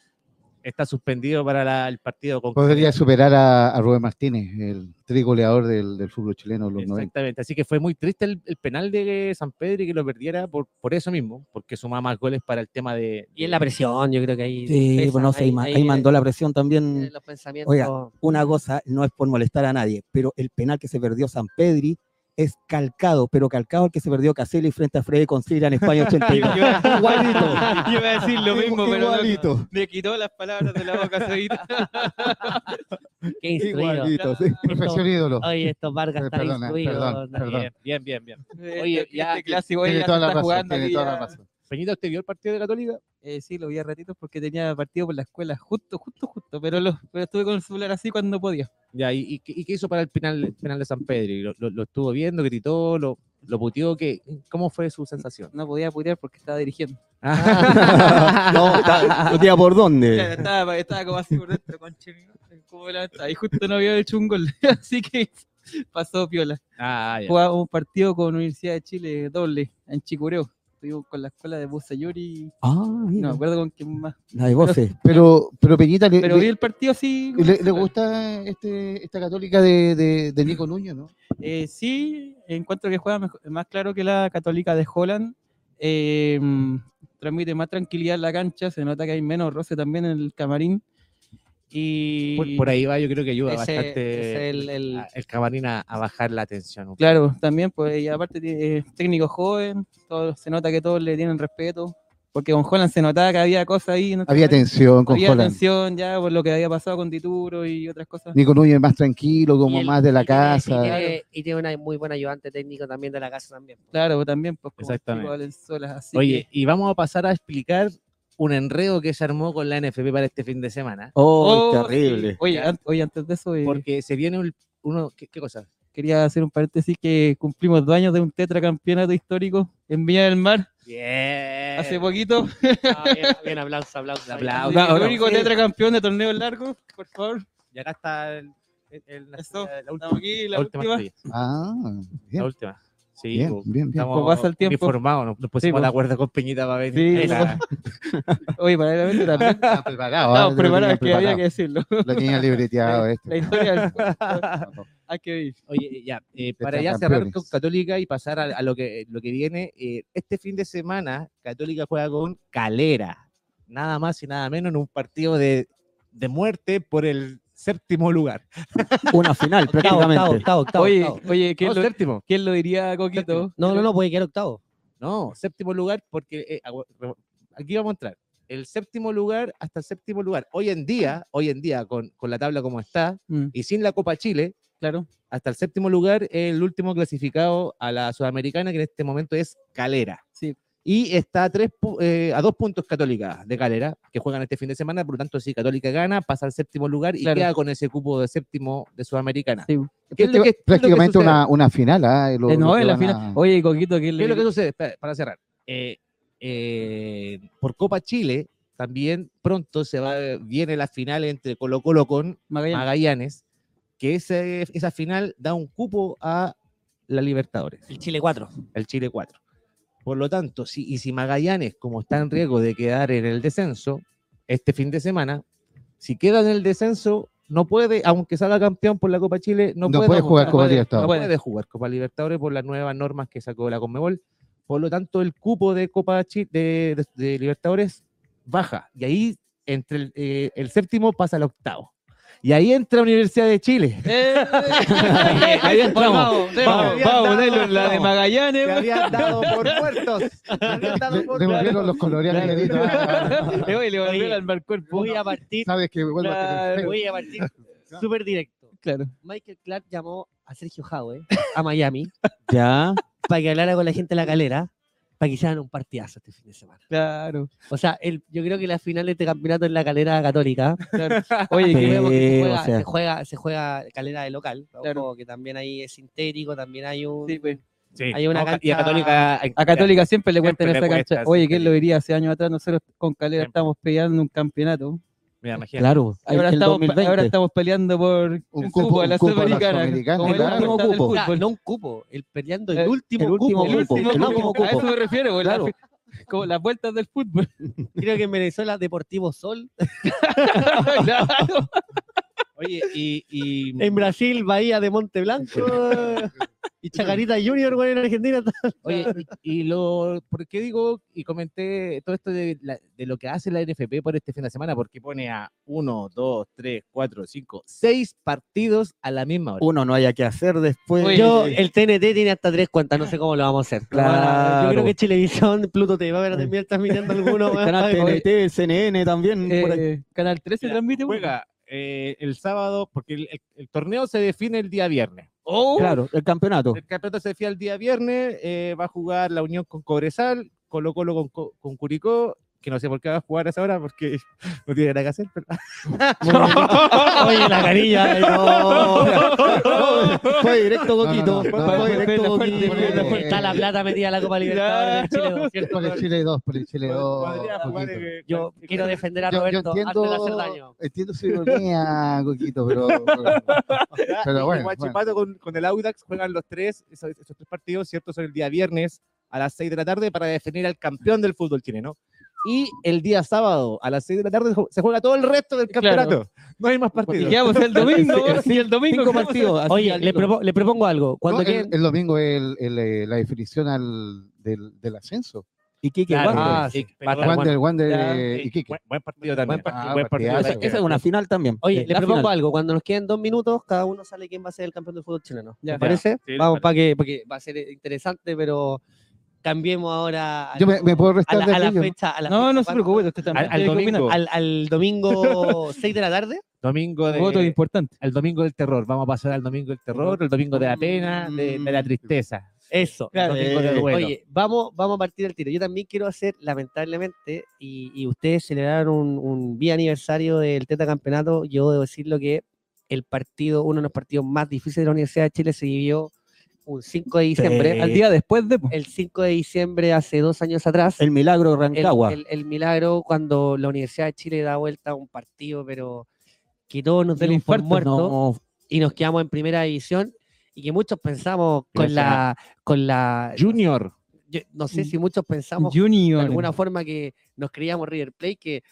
S2: Está suspendido para la- el partido con
S3: Podría superar a, a Rubén Martínez, el trigoleador del, del fútbol chileno de los 90.
S2: Exactamente, así que fue muy triste el, el penal de San Pedri que lo perdiera por, por eso mismo, porque sumaba más goles para el tema de...
S1: Y en la presión, yo creo que ahí.
S4: Sí,
S1: pesa,
S4: pues no sé, ahí, ma- ahí mandó la presión también.
S1: eh, Los pensamientos.
S4: una cosa, no es por molestar a nadie, pero el penal que se perdió San Pedri es calcado, pero calcado el que se perdió Caselli frente a Freddy Consiglia en España 82.
S5: Igualito. Iba a decir lo mismo, pero no-
S3: Igualito,
S5: me quitó las palabras de la boca, Cedita.
S1: Qué instruido.
S3: igualito, sí. Profesión ídolo.
S1: Oye, estos Vargas
S3: Eh,
S1: están
S3: perdona,
S1: instruidos.
S3: perdón,
S1: Daniel.
S3: perdón.
S2: Bien, bien, bien.
S5: Oye,
S2: ya,
S5: este clásico
S3: Tiene
S5: ya
S3: toda
S5: se
S3: la
S5: está
S3: razón,
S5: jugando
S3: tiene
S5: aquí
S3: toda
S5: ya.
S3: la razón.
S2: Peñita, ¿usted vio el partido de Católica?
S5: Eh, sí, lo vi a ratitos porque tenía partido por la escuela, justo, justo, justo. Pero, lo, pero estuve con el celular así cuando podía.
S2: Ya, ¿y, y qué- y qué hizo para el penal, el penal de San Pedri? ¿Lo, lo- lo estuvo viendo, gritó, lo, lo puteó? ¿qué- ¿Cómo fue su sensación?
S5: No podía putear porque estaba dirigiendo.
S4: no, está- no tenía por
S5: Claro,
S4: dónde.
S5: estaba, estaba como así por dentro, conche, como la- Y justo no había hecho un gol. Así que pasó piola.
S2: Ah, ya.
S5: Jugaba un partido con Universidad de Chile doble en Chicureo. Estuvimos con la escuela de Busayuri.
S4: Ah,
S5: No
S4: mira,
S5: me acuerdo con quién más.
S2: Eh,
S4: la de voces.
S3: Pero, pero Peñita, ¿le,
S5: Pero vi
S3: le,
S5: el partido así.
S3: le- le gusta este, esta católica de, de- de Nico Núñez, no?
S5: Eh, sí, encuentro que juega mejo- más claro que la Católica de Holland. eh, transmite más tranquilidad en la cancha. Se nota que hay menos roce también en el camarín. Y
S2: Por, por ahí va, yo creo que ayuda
S1: Ese-
S2: bastante
S1: ese el- el-
S2: a- el camarín a, a bajar la tensión. un poco.
S5: Claro, también, pues, y aparte tiene- eh, técnico joven, todos, se nota que todos le tienen respeto, porque con Holland se notaba que había cosas ahí, ¿no?
S3: Había tensión con
S5: Había
S3: Holland.
S5: tensión ya por lo que había pasado con Dituro y otras cosas.
S3: Nico Núñez más tranquilo,
S1: Y
S3: como
S1: él-
S3: más de la
S1: y tiene- y
S3: casa.
S1: tiene- Y tiene una muy buena ayudante técnico también de la casa también.
S5: Claro, pues, también, pues, como
S2: Exactamente.
S5: Chico Valenzuela, así
S2: Oye, y vamos a pasar a explicar un enredo que se armó con la NFP para este fin de semana.
S4: Oh,
S5: Oh,
S4: terrible.
S5: que- oye, an- oye, antes de eso, eh,
S2: Porque se viene un- uno... ¿Qué, qué cosa?
S5: quería hacer un paréntesis que cumplimos dos años de un tetracampeonato histórico en Viña del Mar,
S2: Bien.
S5: hace poquito.
S1: Ah, bien, aplausos, aplausos.
S2: Aplausos.
S5: Así
S2: no,
S5: que el
S2: no,
S5: único
S2: sí.
S5: tetracampeón de torneos largos, por favor.
S2: Y acá está el- el- el- la,
S5: Eso,
S2: la última.
S5: Estamos aquí, la,
S2: la última
S5: última.
S2: tuya,
S3: Ah,
S2: la
S3: bien,
S2: última. Sí, pues.
S3: bien,
S2: po,
S3: bien, bien.
S2: estamos
S5: pues, pasa el tiempo.
S2: uniformados, nos, nos pusimos
S5: po.
S2: la cuerda con Peñita para venir.
S5: Sí, pues.
S2: Esa.
S5: Oye, paralelamente también
S3: Está preparado, ah,
S5: Estamos
S3: lo tenía
S5: preparados, es que había
S3: preparado.
S5: que decirlo.
S3: Lo tenía libreteado
S5: La-
S3: este.
S5: La historia del fútbol, hay que vivir.
S2: Oye, ya, eh, para
S3: Están
S2: ya cerrar
S3: campeones.
S2: con Católica y pasar a, a lo, que, lo que viene, eh, este fin de semana Católica juega con Calera, nada más y nada menos en un partido de, de muerte por el séptimo lugar.
S4: Una
S1: Octavo,
S4: final
S1: octavo,
S4: prácticamente.
S1: octavo, octavo,
S5: oye,
S1: octavo.
S5: oye, ¿quién,
S2: No,
S5: lo,
S2: séptimo.
S5: quién lo diría, Coquito?
S1: No, no, no, puede quedar octavo.
S2: No, séptimo lugar porque eh, agu- re- aquí vamos a entrar. El séptimo lugar hasta el séptimo lugar. Hoy en día, hoy en día con, con la tabla como está
S5: Mm,
S2: y sin la Copa Chile,
S5: claro.
S2: hasta el séptimo lugar el último clasificado a la Sudamericana que en este momento es Calera.
S5: Sí.
S2: Y está a, tres, pu- eh, a dos puntos Católica de Calera, que juegan este fin de semana. Por lo tanto, si Católica gana, pasa al séptimo lugar y
S5: Claro.
S2: queda con ese cupo de séptimo de Sudamericana.
S5: Sí.
S2: ¿Qué es lo que- qué es lo que
S3: Prácticamente
S2: sucede?
S3: una, una final. ¿ah? Lo-
S5: Eh,
S3: lo
S5: no,
S3: que
S5: en la
S3: van
S5: final.
S3: a-
S5: Oye, Coquito, que
S2: ¿Qué
S5: le...
S2: es lo que sucede? Espera, para cerrar. Eh, eh, por Copa Chile, también pronto se va, viene la final entre Colo Colo con
S5: Magallanes.
S2: Magallanes, que ese, esa final da un cupo a la Libertadores,
S1: El Chile 4.
S2: el Chile 4. Por lo tanto, si, y si Magallanes, como está en riesgo de quedar en el descenso este fin de semana, si queda en el descenso, no puede, aunque salga campeón por la Copa Chile, no,
S3: No puede jugar
S2: no
S3: Copa
S2: puede-
S3: Libertadores.
S2: No puede jugar Copa Libertadores por las nuevas normas que sacó la Conmebol. Por lo tanto, el cupo de Copa Chi- de, de- de Libertadores baja. Y ahí, entre el, eh, el séptimo, pasa al octavo. Y ahí entra Universidad de Chile.
S5: Eh,
S2: Ahí- ahí entramos.
S5: Vamos,
S2: Vamos,
S5: vamos, Nelo, en la de
S6: vamos.
S5: Magallanes.
S6: Te habían dado por muertos. Te habían dado
S3: Le-
S6: por
S3: Devolvieron
S6: muertos.
S3: los coloreados.
S5: Le voy, le volvió
S1: Oye,
S5: al mal cuerpo.
S1: Voy a partir,
S3: Sabes que vuelvo a tener fe.
S1: voy a partir súper directo.
S5: Claro.
S1: Michael Clark llamó a Sergio Howe a Miami
S4: Ya.
S1: para que hablara con la gente de la calera para que hicieran un partidazo este fin de semana.
S5: Claro,
S1: O sea, el, yo creo que la final de este campeonato es la calera católica.
S5: claro. Oye,
S1: que
S4: Sí,
S1: vemos que se
S4: o
S1: juega,
S4: sea.
S1: se juega, se juega calera de local, ojo,
S5: Claro.
S1: que también ahí es sintético, también hay un...
S5: que- sí, pues.
S1: Hay una
S2: Oca- Y a
S1: cancha-
S2: Católica.
S5: A Católica siempre le
S2: Siempre
S5: cuentan
S2: le
S5: esa
S2: cuesta,
S5: cancha.
S2: sí,
S5: Oye, ¿quién
S2: sí.
S5: lo diría hace años atrás? Nosotros con Calera
S2: Siempre.
S5: estamos peleando un campeonato.
S2: Mira, imagínate.
S4: Claro.
S5: Ahora
S4: el
S5: estamos,
S4: 2020.
S5: ahora estamos peleando por el
S3: Un
S5: cupo,
S3: cupo-
S5: a
S3: un
S5: la
S3: cupo a la
S5: Sudamericana.
S3: Sudamericana,
S5: como el
S3: claro.
S5: último
S4: Último
S5: cupo.
S4: cupo.
S1: Ya, no un cupo, el peleando el,
S5: Eh,
S1: último
S4: el último
S1: cupo.
S5: El
S4: cupo,
S5: último
S4: el
S5: cupo.
S4: último
S5: A
S4: cupo.
S5: eso me refiero, pues,
S4: Claro.
S5: la- como las vueltas del fútbol.
S1: Creo que en Venezuela Deportivo Sol,
S5: Claro.
S2: Oye, y. y-
S1: en Brasil Bahía de Monte Blanco y Chacarita Junior güey, en Argentina.
S2: Oye, y, y lo, ¿por qué digo y comenté todo esto de, la- de lo que hace la NFP por este fin de semana? Porque pone a 1, 2, 3, 4, 5, 6 partidos a la misma hora.
S4: Uno no haya que hacer después. Eh,
S5: Oye,
S1: Yo, eh,
S5: sí.
S1: el TNT tiene hasta tres cuentas, no sé cómo lo vamos a hacer. Lo van a- Yo creo
S4: Claro.
S1: que Televisión, Pluto TV, va a ver, terminar transmitiendo alguno. güey.
S4: Canal
S1: Oye,
S4: TNT, CNN también. por ahí.
S5: Eh, Canal 13
S2: Mira,
S5: transmite. pues.
S2: Juega eh, el sábado, porque el, el- el torneo se define el día viernes.
S1: uh.
S2: Oh,
S4: Claro, el campeonato.
S2: El campeonato se define el día viernes, eh, va a jugar la Unión con Cobresal, Colo Colo con, Co- con Curicó, que no sé por qué va a jugar a esa hora, porque no tiene nada que hacer. Pero...
S1: Oye, la carilla. ay, no.
S4: Fue directo
S3: no,
S4: Coquito.
S3: no,
S4: fue
S3: no,
S4: directo
S5: no,
S4: Coquito.
S3: no, no, no, no.
S1: Está la plata metida a la Copa Libertadores en Chile, ¿no? ¿cierto?
S3: Por el Chile 2, por el Chile 2.
S2: Podría jugar, eh,
S1: Yo quiero defender a Roberto antes de hacer daño.
S3: entiendo su ironía, Coquito, pero, pero,
S2: Ya,
S3: pero
S2: y
S3: bueno,
S2: Guachipato Con, con el Audax juegan los tres, esos, esos tres partidos, ¿cierto? Son el día viernes a las 6 de la tarde para definir al campeón del fútbol chileno. Y el día sábado a las 6 de la tarde se juega todo el resto del
S5: Claro.
S2: campeonato. No hay más
S5: Y
S2: partidos.
S5: quedamos el domingo. pues,
S4: Sí, sí,
S5: y el domingo.
S4: Cinco
S5: quedamos-
S4: partidos. así
S1: Oye,
S4: al
S1: le,
S4: tiro.
S1: propo- le propongo algo. Cuando
S3: No, el,
S1: queden-
S3: el domingo es el- el, eh, la definición al, del, del ascenso.
S4: Y Kike
S2: Claro,
S4: Wander.
S1: Ah,
S2: eh,
S1: sí,
S2: pero
S1: va a estar
S2: bueno,
S1: bueno.
S3: Wander, Wander
S5: Ya,
S3: eh,
S2: eh,
S3: Iquique.
S2: buen, buen partido también. Ah,
S3: Buen partido,
S2: buen partido
S3: partidazo.
S2: también.
S4: Esa es una final también.
S1: Oye,
S4: Eh,
S1: le
S4: la
S1: propongo
S4: final.
S1: algo. Cuando nos queden dos minutos, cada uno sale quién va a ser el campeón del fútbol chileno.
S5: Ya.
S1: ¿Te parece?
S2: Sí,
S1: Vamos,
S2: parece.
S1: para que, pa' que va a ser interesante, pero cambiemos ahora. al-
S3: Yo me, me puedo
S1: a
S3: restar
S1: la, a
S3: del
S1: la
S3: niño.
S1: fecha. A la
S5: No,
S1: fecha,
S5: no se
S1: ¿cuándo?
S5: preocupe. Usted también.
S2: Al- al
S5: tiene que opinar.
S2: domingo.
S1: Al, al domingo 6 de la tarde.
S2: Domingo de-
S5: Voto importante.
S2: al domingo del terror. Vamos a pasar al domingo del terror, el domingo de la pena, de, de la tristeza.
S1: Eso.
S5: Claro.
S2: El domingo del
S4: Eh,
S2: duelo.
S1: Oye, vamos, vamos a partir del tiro. Yo también quiero hacer, lamentablemente, y, y ustedes celebraron un, un vía aniversario del Teta Campeonato, yo debo decirlo que el partido, uno de los partidos más difíciles de la Universidad de Chile se vivió un 5 de diciembre.
S5: Al día después de. pues.
S1: El 5 de diciembre, hace dos años atrás,
S4: El milagro de
S1: el,
S4: Rancagua.
S1: el- el milagro cuando la Universidad de Chile da vuelta a un partido, pero que todos nos
S5: Del
S1: dimos por
S5: infarto,
S1: muertos
S4: No,
S1: y nos quedamos en primera división y que muchos pensamos con
S2: Gracias.
S1: la, con la
S2: Junior.
S1: yo no sé si muchos pensamos de
S5: Junior.
S1: alguna forma que nos creíamos River Plate, que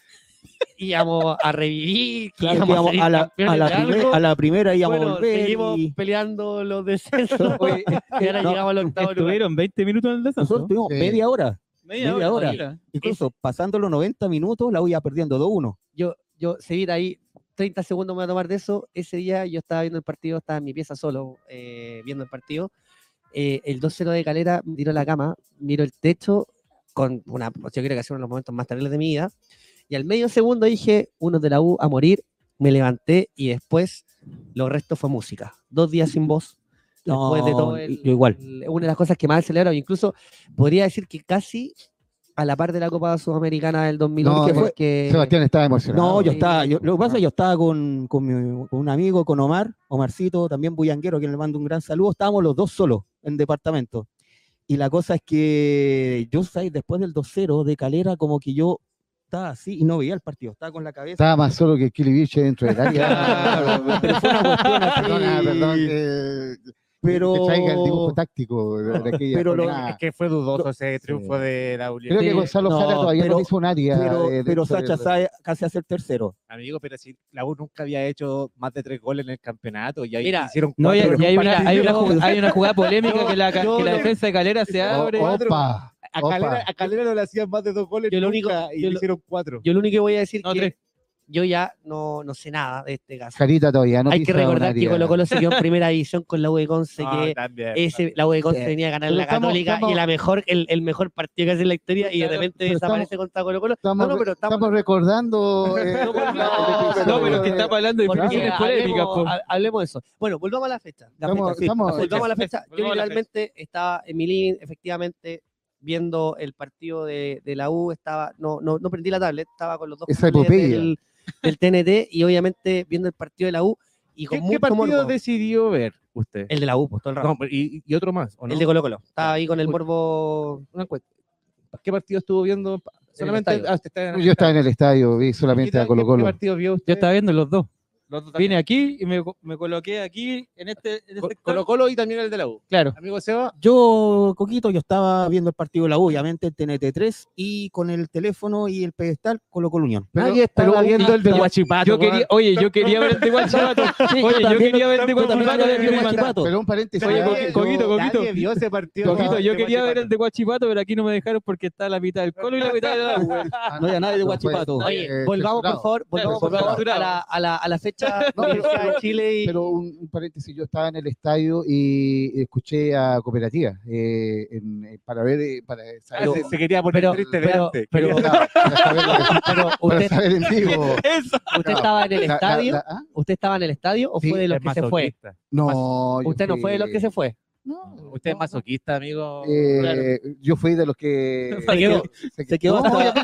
S1: íbamos a revivir, que
S4: claro,
S1: íbamos
S4: íbamos
S1: salir
S4: a, la,
S1: campeones
S4: a, la
S1: de algo.
S4: primer- a la primera íbamos
S1: Bueno,
S4: a volver.
S1: seguimos
S4: y
S1: peleando los descensos
S5: Oye,
S1: y ahora
S4: no,
S1: llegamos al octavo lugar.
S5: Estuvieron 20 minutos en el
S4: Nosotros
S5: descenso.
S4: tuvimos
S3: Sí.
S4: media hora.
S5: Media,
S4: media hora.
S5: mira.
S4: Incluso pasando los 90 minutos, la iba perdiendo 2-1.
S1: Yo, yo, seguir ahí, 30 segundos me voy a tomar de eso. Ese día yo estaba viendo el partido, estaba en mi pieza solo eh, viendo el partido. Eh, el 2-0 de Calera, miro la cama, miro el techo, con una, yo creo que ha sido uno de los momentos más terribles de mi vida. Y al medio segundo dije, uno de la U a morir, me levanté y después lo resto fue música. Dos días sin voz. Después de
S4: No,
S1: todo
S4: y-
S1: el-
S4: yo igual.
S1: el- una de las cosas que más celebro, incluso podría decir que casi a la par de la Copa Sudamericana del 2011,
S3: No,
S1: que
S3: fue-
S1: fue que...
S3: Sebastián estaba emocionado.
S4: No, yo
S1: sí.
S4: estaba, yo- lo que pasa es que yo estaba con, con mi- con un amigo, con Omar, Omarcito, también Bullanguero, quien le mando un gran saludo. Estábamos los dos solos en el departamento. Y la cosa es que yo, ¿sabes? después del 2-0 de Calera, como que yo estaba así y no veía el partido, estaba con la cabeza.
S3: Estaba más solo que Kili Biche dentro del área.
S4: Claro, pero fue una cuestión así.
S3: Perdona, perdón. que-
S4: Pero,
S3: Que traiga el dibujo táctico de de aquella
S4: Pero lo-
S3: jornada.
S2: Ah.
S7: Es que fue dudoso ese triunfo de la
S3: Creo que
S7: Uribe.
S4: Sí,
S3: Gonzalo
S4: no,
S3: Jara todavía
S4: pero-
S3: no hizo un área.
S4: pero,
S3: de- de-
S4: pero
S3: sobre
S4: Sacha
S3: el-
S4: Saez casi hace el tercero.
S7: Amigo, pero si la U nunca había hecho más de tres goles en el campeonato. Y ahí
S1: Mira,
S7: hicieron
S5: No, y hay,
S7: cuatro en
S5: y
S7: un
S5: hay una, hay, una
S7: partido.
S5: jugada, hay una jugada polémica que la, ca-
S7: yo
S5: que la
S7: lo-
S5: defensa de Calera se
S3: O-
S5: abre.
S3: Opa,
S7: A
S3: Opa.
S7: Calera, a Calera no le hacían más de dos goles
S1: Yo lo único-
S7: nunca, y
S1: yo
S7: le
S1: lo-
S7: hicieron cuatro.
S1: Yo lo único que voy a decir
S5: No,
S1: que
S5: tres.
S1: yo ya no, no sé nada de este caso.
S3: Jarita todavía no
S1: Hay que
S3: pisa un
S1: recordar que
S3: área.
S1: Colo Colo se quedó en primera división con la U de Conce,
S7: No,
S1: que
S7: también.
S1: ese, la U de Conce
S3: Sí.
S1: venía a ganar
S3: Eh, Pero
S1: la
S3: estamos-
S1: Católica
S3: estamos-
S1: y la mejor, el, el mejor partido que hace en la historia y de
S5: Claro,
S1: repente
S3: pero estamos-
S1: desaparece contra Colo Colo.
S3: Estamos,
S1: no, no, pero estamos-
S3: estamos recordando. eh,
S1: No,
S3: la-
S1: no,
S3: el episodio
S5: No, pero es que
S3: de-
S5: está hablando de
S1: porque
S5: discusiones polémicas.
S1: hablemos,
S5: po.
S1: ha- hablemos de eso. Bueno, volvamos a la fecha.
S4: La
S3: Estamos-
S4: fecha, sí,
S3: estamos-
S4: la fecha.
S1: Volvamos a la fecha. Yo
S5: Volvamos a la
S1: literalmente estaba en mi living, efectivamente, viendo el partido de, de la U. Estaba, no, no, no prendí la tablet, estaba con los dos
S3: Esa
S1: canales
S3: epopeya.
S1: del, del TNT y obviamente viendo el partido de la U y
S7: ¿Qué,
S1: con
S7: qué
S1: mucho
S7: partido
S1: morbo.
S7: decidió ver usted?
S1: El de la U, pues, todo el rato.
S7: No, pero y, y otro más, ¿o no?
S1: El de Colo Colo. Estaba ahí con el
S7: Uy.
S1: morbo.
S7: Una encuesta. ¿Qué partido estuvo viendo? Solamente.
S1: estadio.
S7: ah, usted está en el
S3: Yo estaba en el estadio, vi
S7: estadio.
S3: solamente
S7: ¿Qué-
S3: a Colo
S7: ¿Qué
S3: Colo.
S7: partido vio usted?
S5: Yo estaba viendo los dos.
S7: Los dos
S5: Vine aquí y me, co- me coloqué aquí en este, en
S7: Co-
S5: este
S7: Colo Colo y también el de la U.
S5: Claro.
S7: Amigo Seba,
S4: Yo, Coquito, yo estaba viendo el partido de la U, obviamente, el TNT3, y con el teléfono y el pedestal colocó la Unión.
S3: Pero-
S7: nadie estaba
S3: pero-
S7: viendo el de
S4: yo-
S7: Guachipato.
S5: Yo quería, oye, yo quería ver el de Guachipato. Oye, yo
S4: también-
S5: quería ver el de
S4: yo también quería
S5: Guachipato.
S4: ver el de
S5: me
S4: Guachipato.
S5: mandaron.
S3: Pero un paréntesis.
S5: Oye,
S3: ya,
S5: Coqui-
S3: yo-
S5: Coquito,
S2: Nadie
S5: Coquito.
S2: vio ese partido.
S5: Coquito, yo
S2: de
S5: quería ver el
S2: Guachipato.
S5: de Guachipato, pero aquí no me dejaron porque está la mitad del colo y la mitad de la U.
S3: Ah,
S4: No había nadie de
S3: no, fue-
S4: Guachipato.
S3: fue,
S1: Oye,
S3: eh,
S1: volvamos, por
S3: censurado.
S1: favor, volvamos, por
S5: censurado.
S1: favor, a la, a la, a la fecha
S3: No, pero-
S1: Universidad de Chile y.
S3: Pero un, un paréntesis, yo estaba en el estadio y escuché a Cooperativa eh, en- eh, para ver, eh, para
S7: Ah, se,
S3: saber,
S7: se quería poner
S1: pero-
S7: triste
S1: pero-
S7: delante.
S1: pero-
S7: Quería-
S3: claro, para saber lo que-
S1: pero
S3: para
S1: usted,
S3: saber en vivo.
S5: Eso.
S1: usted estaba en el
S3: La- la-
S1: estadio.
S3: la- ¿ah?
S1: ¿Usted estaba en el estadio o
S3: Sí,
S1: fue de los
S7: es
S1: que se fue?
S7: masoquista.
S3: No, yo
S1: Usted no fue de los que se fue.
S3: No,
S7: Usted es
S3: no,
S7: masoquista, amigo.
S3: Eh,
S7: Claro.
S3: Yo fui de los que.
S1: Se quedó-
S4: se quedó
S3: no,
S4: hasta-
S3: obviamente,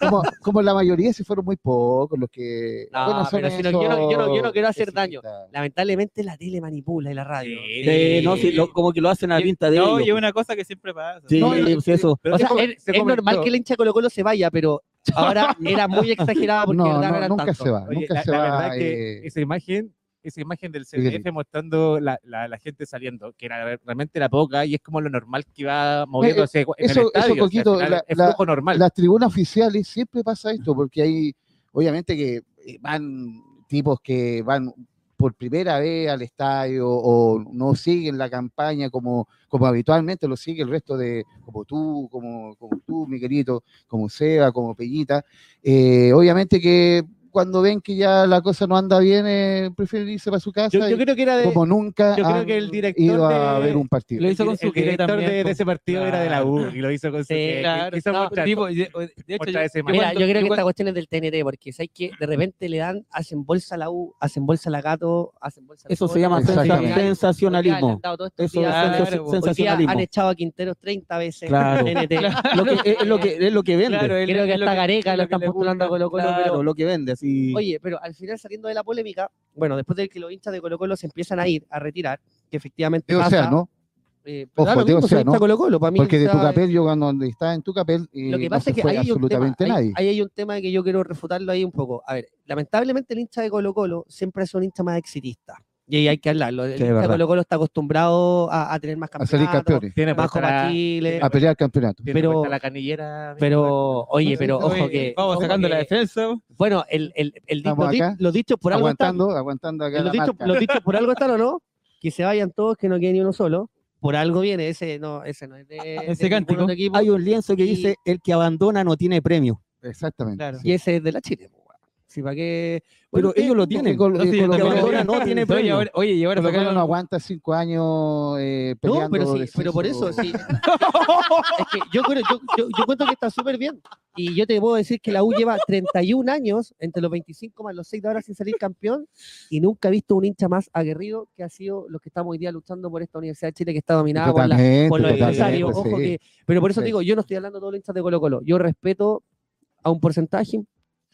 S3: como, como la mayoría, se fueron muy pocos los que.
S1: No, pero si no, yo no- yo no- yo no quiero hacer daño.
S3: pesimistas.
S1: Lamentablemente la tele manipula y la radio.
S7: Sí.
S4: Sí, eh, no, sí, lo- como que lo hacen a pinta de
S5: No,
S4: ellos.
S5: y es una cosa que siempre pasa.
S4: Sí,
S5: No,
S3: no,
S4: sí, eso.
S7: Pero
S1: o sea,
S7: se come-
S1: es,
S7: se
S1: es normal
S7: comentó-
S1: que el hincha Colo Colo se vaya, pero ahora era muy exagerada Ah, porque
S3: No,
S1: verdad
S3: no,
S1: era
S3: nunca
S1: tanto.
S3: se va,
S7: Oye,
S3: Ah, nunca
S7: la,
S3: se
S7: la
S3: va.
S7: verdad que
S3: eh,
S7: esa imagen, esa imagen del
S3: Dígale.
S7: CDF mostrando la, la, la gente saliendo, que era, realmente era poca y es como lo normal que va moviéndose en
S3: Eh, eso-
S7: el
S3: eso,
S7: estadio. o sea,
S3: Coquito,
S7: al final
S3: la-
S7: es
S3: la-
S7: flujo normal.
S3: las tribunas oficiales siempre pasa esto, porque hay, obviamente que eh, van tipos que van por primera vez al estadio o no siguen la campaña como, como habitualmente lo sigue el resto de, como tú, como, como tú, mi querido, como Seba, como Peñita. Eh, obviamente que cuando ven que ya la cosa no anda bien, eh, prefieren irse para su casa
S7: yo, yo
S3: y
S7: creo que era de,
S3: como nunca
S7: yo creo
S3: han
S7: que el director
S3: ido a
S7: de-
S3: ver un partido.
S5: Lo hizo
S7: el
S5: con su que
S7: director
S5: también.
S7: de, de
S5: con-
S7: ese partido era de la U
S5: Claro.
S7: y lo hizo con su
S1: Sí,
S7: que-
S5: Claro,
S7: quiso
S5: no,
S7: mostrar-
S5: tipo, y de, o- de hecho,
S7: otra vez imagen.
S5: cuando-
S1: Mira, yo creo que
S5: cuando-
S1: esta cuestión es del TNT, porque sabes que de repente le dan, hacen bolsa a la U, hacen bolsa a la gato, hacen bolsa a la
S4: Eso se
S1: Colo,
S4: llama
S1: hacen
S4: sensa-
S1: bolsa a la
S3: Exactamente.
S1: Gato. Hoy día le
S4: sensacionalismo.
S1: han dado todo este
S4: Eso
S1: día,
S4: es sensa-
S5: Claro, po.
S1: hoy día han
S4: sensacionalismo.
S1: echado a Quinteros 30 veces.
S4: Claro.
S1: TNT.
S4: Lo que, es, lo que, es lo que vende.
S5: Claro, es
S1: Creo que
S5: es
S1: hasta
S5: es
S1: Gareca lo
S5: que
S1: están
S5: le
S1: postulando a
S5: gusta.
S1: Colo Colo,
S4: Claro,
S1: pero-
S4: lo que vende. así.
S1: Oye, pero al final saliendo de la polémica, bueno, después de que los hinchas de Colo Colo se empiezan a ir, a retirar, que efectivamente
S3: o
S1: pasa,
S3: sea, ¿no?
S1: eh, pero
S3: Ojo,
S1: da lo
S3: de
S1: mismo si
S3: Océano.
S1: hincha Colo Colo, para mí
S3: Porque de
S1: hincha
S3: tu
S1: es-
S3: papel, yo cuando estaba en tu papel, eh,
S1: Lo que
S3: no
S1: pasa
S3: se
S1: es que
S3: fue
S1: ahí hay, un tema,
S3: absolutamente
S1: ahí-
S3: nadie.
S1: ahí hay un tema que yo quiero refutarlo ahí un poco. A ver, lamentablemente el hincha de Colo Colo siempre es un hincha más exitista. Y ahí hay que hablarlo. El
S4: Sí,
S1: hincha de
S4: verdad.
S1: Colo Colo está acostumbrado a, a tener más
S3: a salir Ah,
S1: campeonatos,
S3: campeones,
S7: Tiene
S1: más
S7: puesta la-
S1: Copa Chile.
S3: a pelear campeonato.
S7: tiene
S1: pero-
S7: puesta la canillera. amigo.
S1: Pero, oye, pero ojo
S5: Oye,
S1: que.
S5: Vamos
S1: ojo
S5: sacando la
S1: que-
S5: defensa.
S1: Bueno, el, el, el,
S3: Estamos
S1: los di-
S3: acá,
S1: los dichos por algo están. eh,
S3: aguantando, aguantando acá
S1: Los
S3: la
S1: dichos,
S3: marca.
S1: los dichos por algo están o no, que se vayan todos, que no quede ni uno solo. Por algo viene, ese no, ese no es de, de
S5: Ah, ese
S1: ningún
S5: cántico.
S1: otro equipo,
S4: Hay un lienzo que
S1: y-
S4: dice: el que abandona no tiene premio.
S3: Exactamente.
S5: Claro.
S3: sí.
S1: y ese es de la Chile. pues, weón. si para qué.
S4: Pero
S1: ¿qué?
S4: ellos lo tienen.
S3: Colo-
S5: No,
S3: eh,
S5: sí,
S3: Colo-
S5: también-
S3: Colo-
S4: Ahora no tiene
S5: Oye,
S4: premio.
S5: ahora- Oye, y ahora
S3: Colo- Colo
S5: sacaron-
S3: no aguanta cinco años eh,
S2: No,
S3: peleando.
S2: pero sí,
S3: descenso.
S2: pero por eso, sí. Es que yo, creo- yo, yo, yo cuento que está súper bien.
S1: Y yo te puedo decir que la U lleva 31 años, entre los 25 más los 6 de ahora, sin salir campeón, y nunca he visto un hincha más aguerrido que ha sido los que estamos hoy día luchando por esta Universidad de Chile que está dominada por, la,
S3: Totalmente,
S1: por los
S3: totalmente,
S1: empresarios. Ojo
S3: sí.
S1: que- pero por eso te
S3: Sí.
S1: digo, yo no estoy hablando de todos los hinchas de Colo Colo. Yo respeto a un porcentaje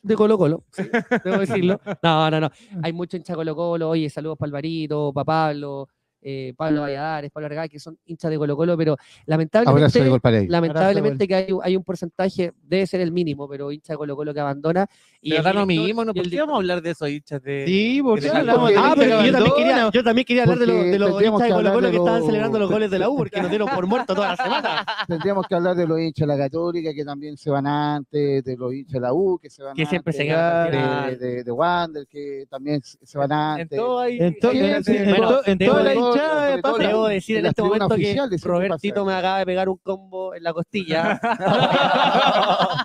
S1: de Colo Colo, ¿sí? debo decirlo. No, no, no. Hay mucho hincha Colo Colo. Oye, saludos para Alvarito, para Pablo, eh, Pablo Valladares, Pablo Argá, que son hinchas de Colo Colo, pero lamentablemente
S3: Abrazo de gol para ellos.
S1: lamentablemente que hay, un- hay un porcentaje, debe ser el mínimo, pero hincha de Colo Colo que abandona. Y
S7: Y
S1: el
S7: acá no
S1: director-
S7: amiguismo, ¿no?
S1: y el
S7: ¿Por qué vamos a hablar de esos hinchas de...?
S5: Sí, porque
S7: Ah,
S5: hablamos
S3: porque-
S5: de-
S1: Ah, pero yo también,
S3: Porque
S1: quería, yo también quería hablar de los, de los
S3: tendríamos
S1: hinchas de
S3: que
S1: Colo
S3: hablar
S1: Colo
S3: de
S1: que estaban
S3: los-
S1: celebrando los goles de la U porque nos dieron por muertos toda la semana.
S3: Tendríamos que hablar de los hinchas de la Católica que también se van antes, de los hinchas de la U que se van
S1: Que siempre se
S3: antes,
S1: quedan al
S3: de, de, de Wander que también se van
S7: En
S3: antes.
S7: todo hay...
S5: En todo-
S3: Sí,
S5: en-
S3: sí,
S5: en
S3: bueno,
S5: todo- en
S1: debo-
S5: toda la
S3: debo-
S5: hinchada
S3: sobre
S5: de
S3: todo
S5: pasa.
S1: Debo decir en
S3: las
S1: este
S3: tribunas
S1: momento que
S3: oficiales, siempre
S1: Robertito
S3: pasa.
S1: me acaba de pegar un combo en la costilla.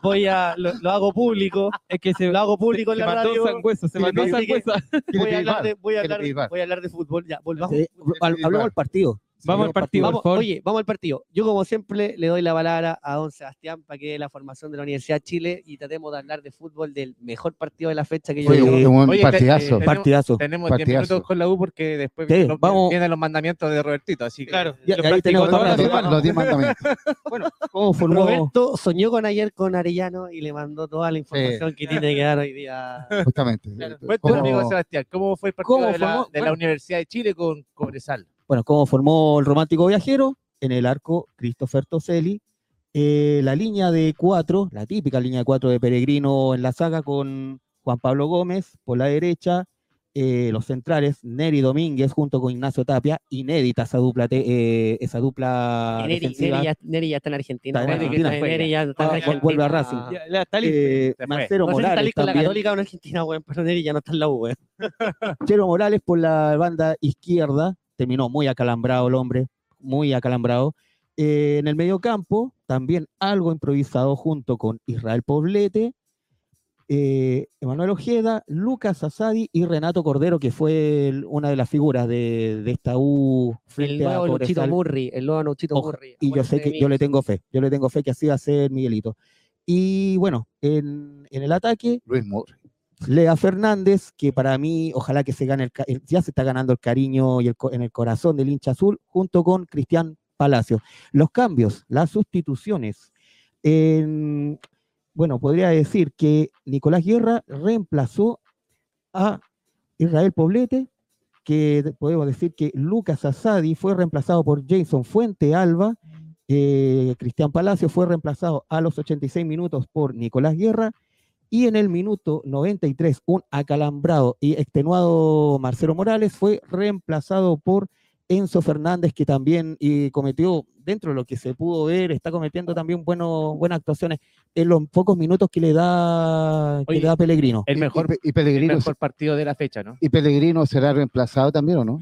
S1: Voy a, lo, lo hago público,
S5: Es que se,
S1: lo hago público en
S5: se
S1: la
S5: mató
S1: radio.
S5: Sangüesa, se
S1: Y le
S5: mató
S1: pedí que-
S5: Sangüesa.
S3: Quiere
S1: Voy a,
S3: pedir
S1: hablar
S3: bar,
S1: de, voy, a
S3: quiere
S1: hablar,
S3: pedir bar.
S1: voy a hablar de fútbol, ya, volvamos.
S4: Sí, hab- Hablemos del partido.
S5: Vamos al partido,
S1: Vamos,
S5: por favor.
S1: oye, vamos al partido. Yo, como siempre, le doy la palabra a don Sebastián para que dé la formación de la Universidad de Chile y tratemos de hablar de fútbol del mejor partido de la fecha que yo
S3: Oye,
S1: llevo.
S3: un- un
S7: Oye, te-
S3: partidazo.
S7: eh,
S4: este,
S7: Tenemos-
S4: Partidazo.
S7: Tenemos 10
S3: Partidazo.
S7: minutos con la U porque después
S4: Sí,
S7: vienen
S4: vamos.
S7: vienen los mandamientos de Robertito, así que...
S5: Claro.
S4: Ya-
S5: lo
S4: ya ahí
S5: practicó
S4: tenemos
S5: toda la
S4: todas las-
S5: semana.
S3: Los diez mandamientos.
S4: ¿Cómo formó?
S1: Roberto soñó con ayer con Arellano y le mandó toda la información que tiene que dar hoy día.
S3: Justamente. este,
S7: Claro.
S3: Como-
S7: Cuéntame, amigo Sebastián, ¿cómo fue el partido
S4: ¿Cómo
S7: de, la,
S4: formó?
S7: de la
S4: Bueno.
S7: Universidad de Chile con Cobresal?
S4: bueno, cómo formó el romántico viajero, en el arco Christopher Toselli, Eh, la línea de cuatro, la típica línea de cuatro de Peregrino en la saga con Juan Pablo Gómez por la derecha, eh, los centrales Neri Domínguez junto con Ignacio Tapia, inédita esa dupla, te- eh, esa dupla
S1: Neri,
S4: defensiva.
S1: Neri ya, Neri ya está en Argentina.
S4: Está en
S1: bueno,
S4: Argentina,
S1: Neri
S7: juega.
S1: ya está en
S4: Ah,
S1: Argentina.
S4: vuelve a Racing.
S1: No sé
S5: Ya, ya está listo.
S4: Eh,
S7: se fue.
S4: Marcelo
S1: si está
S4: Morales
S1: listo en la
S4: también.
S1: Católica o en Argentina, weón, pero Neri ya no está en la U, weón.
S4: Chelo Morales por la banda izquierda, terminó muy acalambrado el hombre, muy acalambrado. Eh, en el medio campo, también algo improvisado junto con Israel Poblete, eh, Emanuel Ojeda, Lucas Asadi y Renato Cordero, que fue el- una de las figuras de, de esta U
S1: El
S4: frente a
S1: nuevo Luchito
S4: Cobresal.
S1: Murri, el nuevo Luchito
S4: Ojo,
S1: Murri.
S4: Y yo
S1: Acuérdense
S4: sé
S1: de
S4: que
S1: mí.
S4: yo le tengo fe, yo le tengo fe que así va a ser Miguelito. Y bueno, en- en el ataque,
S3: Luis Moore.
S4: Lea Fernández, que para mí, ojalá que se gane, el, ca- el- ya se está ganando el cariño y el, co- en el corazón del hincha azul, junto con Cristian Palacio. Los cambios, las sustituciones. En- bueno, podría decir que Nicolás Guerra reemplazó a Israel Poblete, que de- podemos decir que Lucas Asadi fue reemplazado por Jason Fuente Alba, eh, Cristian Palacio fue reemplazado a los 86 minutos por Nicolás Guerra, y en el minuto 93, un acalambrado y extenuado Marcelo Morales fue reemplazado por Enzo Fernández, que también y cometió, dentro de lo que se pudo ver, está cometiendo también buenos buenas actuaciones en los pocos minutos que le da, que
S7: Oye,
S4: le da Pellegrino.
S7: El
S3: Y-
S7: mejor,
S3: y, y
S7: el
S3: Pellegrino,
S7: mejor partido de la fecha, ¿no?
S3: y Pellegrino será reemplazado también, ¿o no?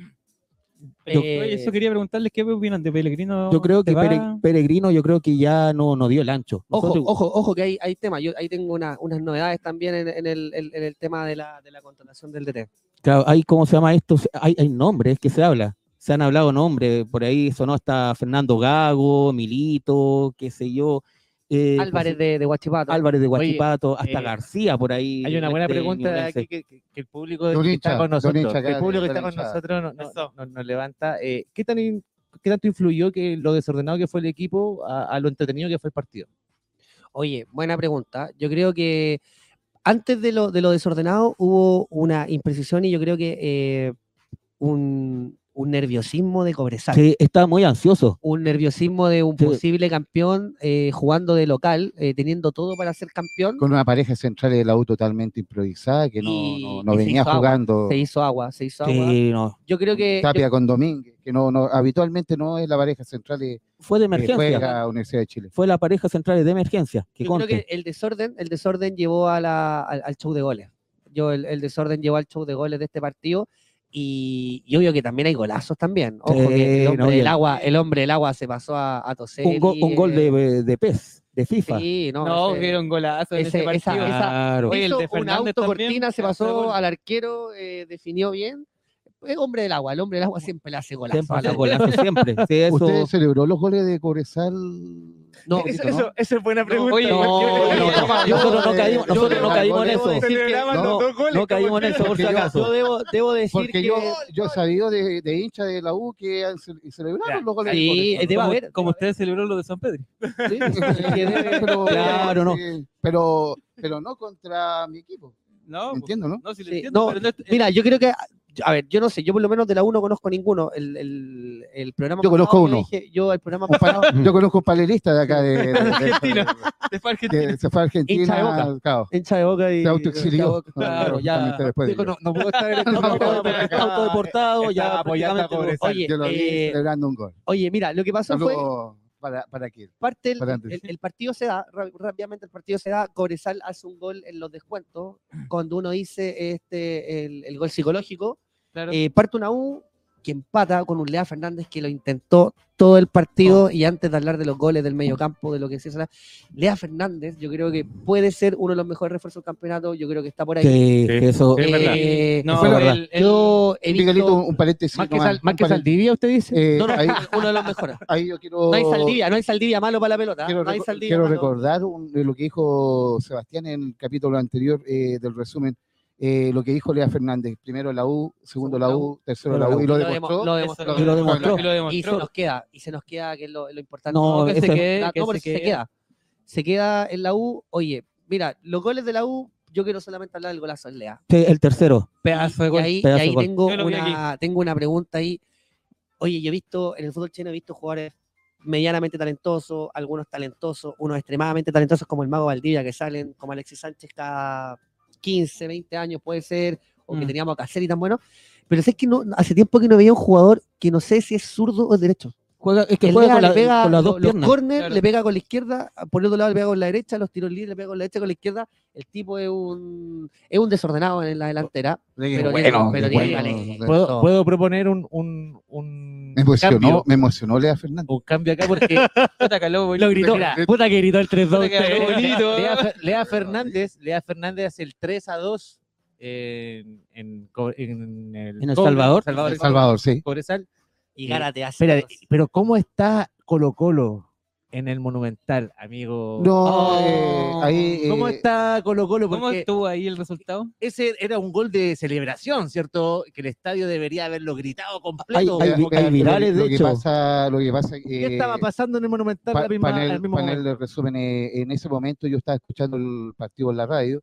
S1: Yo-
S5: Oye, eso quería preguntarles qué opinan de Pellegrino.
S4: Yo creo
S5: ¿Se
S4: que
S5: va?
S4: Pere- Peregrino, yo creo que ya no, no dio el ancho.
S1: Ojo,
S4: Nosotros-
S1: ojo, ojo, que hay, hay temas. Yo ahí tengo una- unas novedades también en, en el, en- en el tema de la, de la contratación del DT.
S4: Claro, hay, ¿cómo se llama esto? Se- Hay, hay nombres que se habla. Se han hablado nombres, por ahí sonó hasta Fernando Gago, Milito, qué sé yo. eh,
S1: Álvarez
S4: pues,
S1: de, de Huachipato.
S4: Álvarez de
S7: Oye,
S4: Guachipato, hasta
S7: eh,
S4: García por ahí. este,
S7: Hay una buena
S4: de
S7: pregunta de
S4: Ñublense.
S7: aquí que, que- que el público
S3: De un
S7: que
S3: hincha,
S7: está con
S3: de un
S7: nosotros,
S3: hincha
S7: que el
S3: acá,
S7: público que
S3: de
S7: está
S3: la
S7: con
S3: hinchada.
S7: nosotros no- no- no-
S5: Eso.
S7: nos levanta. eh, ¿qué, tan in- ¿Qué tanto influyó que lo desordenado que fue el equipo a, a lo entretenido que fue el partido?
S1: Oye, buena pregunta. Yo creo que antes de lo, de lo desordenado hubo una imprecisión y yo creo que eh, un, un nerviosismo de Cobresal.
S4: Sí, estaba muy ansioso.
S1: Un nerviosismo de un
S4: Sí.
S1: posible campeón eh, jugando de local, eh, teniendo todo para ser campeón.
S3: Con una pareja central de la U totalmente improvisada que no,
S1: Y-
S3: no- no
S1: y se
S3: venía
S1: hizo agua,
S3: jugando.
S1: Se hizo agua, se hizo agua.
S4: Sí, no.
S1: Yo creo que. yo-
S3: Tapia con Domínguez, que no, no habitualmente no es la pareja central de,
S4: Fue de
S3: que
S4: emergencia.
S3: juega a Universidad de Chile.
S4: Fue la pareja central de emergencia. Que
S1: Yo creo que
S4: conste.
S1: el desorden, el desorden llevó a la- al, al show de goles. Yo, el, el desorden llevó al show de goles de este partido. Y, y obvio que también hay golazos también. Ojo,
S4: Sí,
S1: que el
S4: no,
S1: hombre, del
S4: bien.
S1: agua, el hombre del agua se pasó a, a toser.
S4: Un, gol-
S1: y,
S4: un gol
S1: eh,
S4: de, de PES, de FIFA.
S1: Sí, no.
S5: No,
S1: ese-
S5: vieron golazo en
S1: ese-
S5: ese partido.
S1: esa-
S4: Claro.
S5: Oye, el
S1: hizo
S5: de
S1: una
S5: Fernández
S1: autocortina,
S5: también,
S1: se
S5: que hace
S1: pasó
S5: gol.
S1: al arquero, eh, definió bien. Es hombre del agua, el hombre del agua siempre le hace golazo.
S4: Siempre,
S1: al
S4: los
S1: arquero.
S4: golazos siempre. Sí, eso,
S3: ¿Usted celebró los goles de Cobresal?
S1: No,
S3: Poquito,
S8: Eso, eso- eso es buena pregunta.
S5: oye,
S8: porque-
S4: no,
S8: porque-
S4: no, no,
S8: porque-
S4: nosotros no caímos,
S3: yo
S4: nosotros
S3: debo-
S4: no caímos en
S3: debo
S4: eso.
S1: decir que-
S8: celebraban
S3: no,
S8: los dos goles.
S4: No caímos en eso, por
S3: Porque
S4: si
S3: yo-
S4: acaso.
S1: debo, debo decir
S3: Porque yo, yo he sabido de, de hinchas de la U que han ce- celebraron los goles
S1: Sí,
S3: de
S1: eh,
S4: Este,
S1: debe
S5: como,
S1: haber-
S5: como ustedes celebró lo de San Pedro.
S3: Cobresal. pero,
S4: Claro, no.
S3: eh, pero, pero no contra mi equipo.
S5: No, pues,
S3: Entiendo, ¿no?
S5: no, si lo
S1: Sí,
S5: entiendo,
S1: no,
S5: pero no es-
S1: Mira, yo creo que. A ver, yo no sé, yo por lo menos de la 1 no conozco ninguno. El, el, el programa.
S3: Yo
S1: pasado
S3: conozco
S1: yo
S3: uno.
S1: dije- yo, el programa
S3: Un
S1: pasado.
S3: pa- Yo conozco un panelista de acá de, de- de-
S5: Argentina. es para Argentina.
S3: que se fue a
S1: Hincha de
S3: Argentina.
S1: Boca.
S3: claro,
S1: Hincha de boca y.
S3: se autoexilió.
S4: Claro, ya.
S3: Justamente después de
S7: Digo,
S3: ello.
S7: no, no puedo estar en este
S3: No,
S7: momento.
S3: no,
S4: Está autodeportado, ya
S8: Estaba apoyando a
S4: prácticamente-
S8: Cobresal.
S1: Oye,
S3: Yo lo vi
S1: eh,
S3: celebrando un gol.
S1: Oye, mira, lo que pasó fue.
S3: Saludos para, para aquí.
S1: parte el,
S3: Para antes.
S1: el- el partido se da, ra- rápidamente el partido se da, Cobresal hace un gol en los descuentos, cuando uno dice este, el, el gol psicológico,
S5: Claro.
S1: eh, parte una U que empata con un Lea Fernández que lo intentó todo el partido y antes de hablar de los goles del mediocampo, de lo que se hizo, Lea Fernández yo creo que puede ser uno de los mejores refuerzos del campeonato, yo creo que está por ahí.
S4: Sí, que eso.
S7: es verdad.
S1: Eh,
S5: No,
S1: fue
S5: el-
S1: verdad.
S5: el-
S1: yo he visto
S3: Miguelito, un paréntesis.
S7: Más que,
S3: nomás,
S7: Sal- más
S3: un
S7: que
S3: paréntesis.
S7: Saldivia, usted dice.
S3: Eh,
S1: No, no,
S3: ahí,
S1: uno de los mejores.
S3: ahí yo quiero.
S1: No hay Saldivia, no hay Saldivia malo para la pelota.
S3: Quiero,
S1: no hay
S3: reco-
S1: Saldivia
S3: quiero
S1: malo.
S3: recordar un- de lo que dijo Sebastián en el capítulo anterior eh, del resumen, eh, lo que dijo Lea Fernández, primero la U, segundo la U, tercero la U, y lo
S1: demo-
S3: demostró.
S1: lo
S5: Eso-
S1: demostró.
S3: Y lo
S5: Y
S3: demostró.
S5: lo demostró.
S1: y se nos queda, y se nos queda, que es lo, lo importante.
S4: No,
S1: No, que se
S4: ese-
S1: quede,
S5: la-
S1: que
S5: no,
S1: se,
S5: pero si se
S1: queda. Se queda en la U. Oye, mira, los goles de la U, yo quiero solamente hablar del golazo de Lea.
S4: Sí, este el tercero.
S5: pedazo de
S1: Y
S5: gol.
S1: ahí, y
S4: pedazo de
S1: ahí
S4: gol.
S1: tengo,
S5: Yo lo vi
S1: una, tengo una pregunta ahí. Oye, yo he visto, en el fútbol chino he visto jugadores medianamente talentosos, algunos talentosos, unos extremadamente talentosos como el Mago Valdivia, que salen como Alexis Sánchez cada 15, 20 años puede ser, o que
S5: Mm.
S1: teníamos a Caceres tan bueno. Pero es que no, hace tiempo que no veía un jugador que no sé si es zurdo o es derecho.
S4: Juega, es que
S1: Él
S4: juega
S1: pega-
S4: con, la-
S1: le pega
S4: con las
S1: lo-
S4: dos piernas.
S1: Los corners
S5: Claro.
S1: le pega con la izquierda, por el otro lado le pega con la derecha, los tiros libres le pega con la derecha, con la izquierda. El tipo es un, es un desordenado en la delantera. Pero tiene, pero tiene
S7: bueno.
S1: talento.
S7: ¿Puedo, puedo proponer un, un, un
S3: Me emocionó,
S7: cambio?
S3: me emocionó Lea Fernández.
S7: Un cambio acá porque
S5: Puta que habló bonito.
S3: Mira,
S1: puta que gritó el 3-2.
S5: Puta que habló bonito.
S7: Lea, Fer- Lea Fernández, Lea Fernández hace el 3 a 2 en, en, Co- en el,
S4: ¿En El
S7: Cobre-
S4: Salvador?
S3: El Salvador, sí.
S7: Cobresal.
S1: Y Gárate hace.
S7: Espera,
S1: dos.
S7: pero ¿cómo está Colo Colo en el Monumental, amigo?
S3: No,
S4: Oh.
S3: eh, ahí. eh,
S7: ¿Cómo está Colo Colo?
S5: ¿Cómo
S7: Porque
S5: estuvo ahí el resultado?
S7: ese era un gol de celebración, ¿cierto? Que el estadio debería haberlo gritado
S4: Hay,
S7: completo.
S4: hay-
S3: lo que-
S4: hay
S3: lo-
S4: virales,
S3: lo
S4: de
S3: que
S4: hecho.
S3: pasa- lo que pasa
S7: ¿Qué
S3: eh,
S7: estaba pasando en el Monumental
S3: Pa-
S7: la misma-
S3: panel,
S7: al mismo
S3: panel
S7: momento?
S3: de resumen. eh, en ese momento yo estaba escuchando el partido en la radio.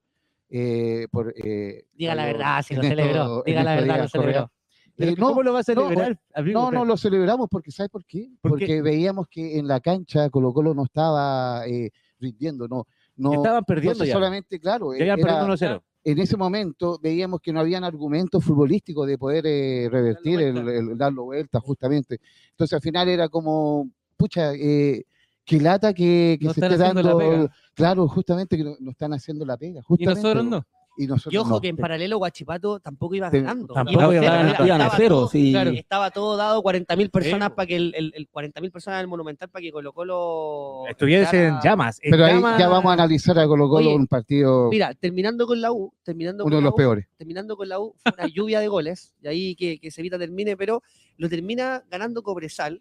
S3: eh, por, eh,
S1: Diga la
S3: por-
S1: verdad, si lo
S3: Ernesto-
S1: celebró. Diga la
S3: Ernesto
S1: verdad, lo
S3: Díaz
S1: celebró.
S3: Correa. Eh,
S7: Pero
S3: no,
S7: ¿Cómo lo va a celebrar, amigo?
S3: no, no, lo celebramos porque, ¿sabes por qué?
S7: ¿Por qué?
S3: porque veíamos que en la cancha Colo Colo no estaba eh, rindiendo, no. no
S7: Estaban perdiendo
S3: entonces
S7: ya.
S3: solamente, claro,
S7: Ya iban
S3: era-
S7: perdiendo 1-0.
S3: en ese momento veíamos que no habían argumentos futbolísticos de poder eh, revertir, el, el darlo vuelta justamente. Entonces al final era como, pucha, eh, qué lata que, que
S5: No
S3: se
S5: están
S3: esté
S5: haciendo la
S3: dando,
S5: pega.
S3: claro, justamente que no, no están haciendo la pega,
S5: Y
S3: justamente.
S5: nosotros no.
S3: Y nosotros
S1: Y ojo
S3: no.
S1: que en paralelo Guachipato tampoco iba
S3: Sí,
S1: ganando.
S4: tampoco
S1: Iba
S4: iba
S1: cero,
S4: ganando,
S1: estaba
S4: iban a
S1: todo-
S4: cero, sí. Eh,
S1: claro, Estaba todo dado 40.000 personas
S7: Sí.
S1: para que el, el, el 40.000 personas del Monumental para que Colo Colo
S7: Estuviese en
S1: entrara-
S7: llamas. en
S3: Pero ahí
S7: llamas.
S3: ya vamos a analizar a Colo Colo
S1: Oye,
S3: un partido,
S1: Mira, terminando con la U, terminando
S3: uno
S1: con
S3: de
S1: la
S3: los
S1: U,
S3: peores.
S1: terminando con la U, fue una lluvia de goles, y ahí que, que Sevilla termine, pero lo termina ganando Cobresal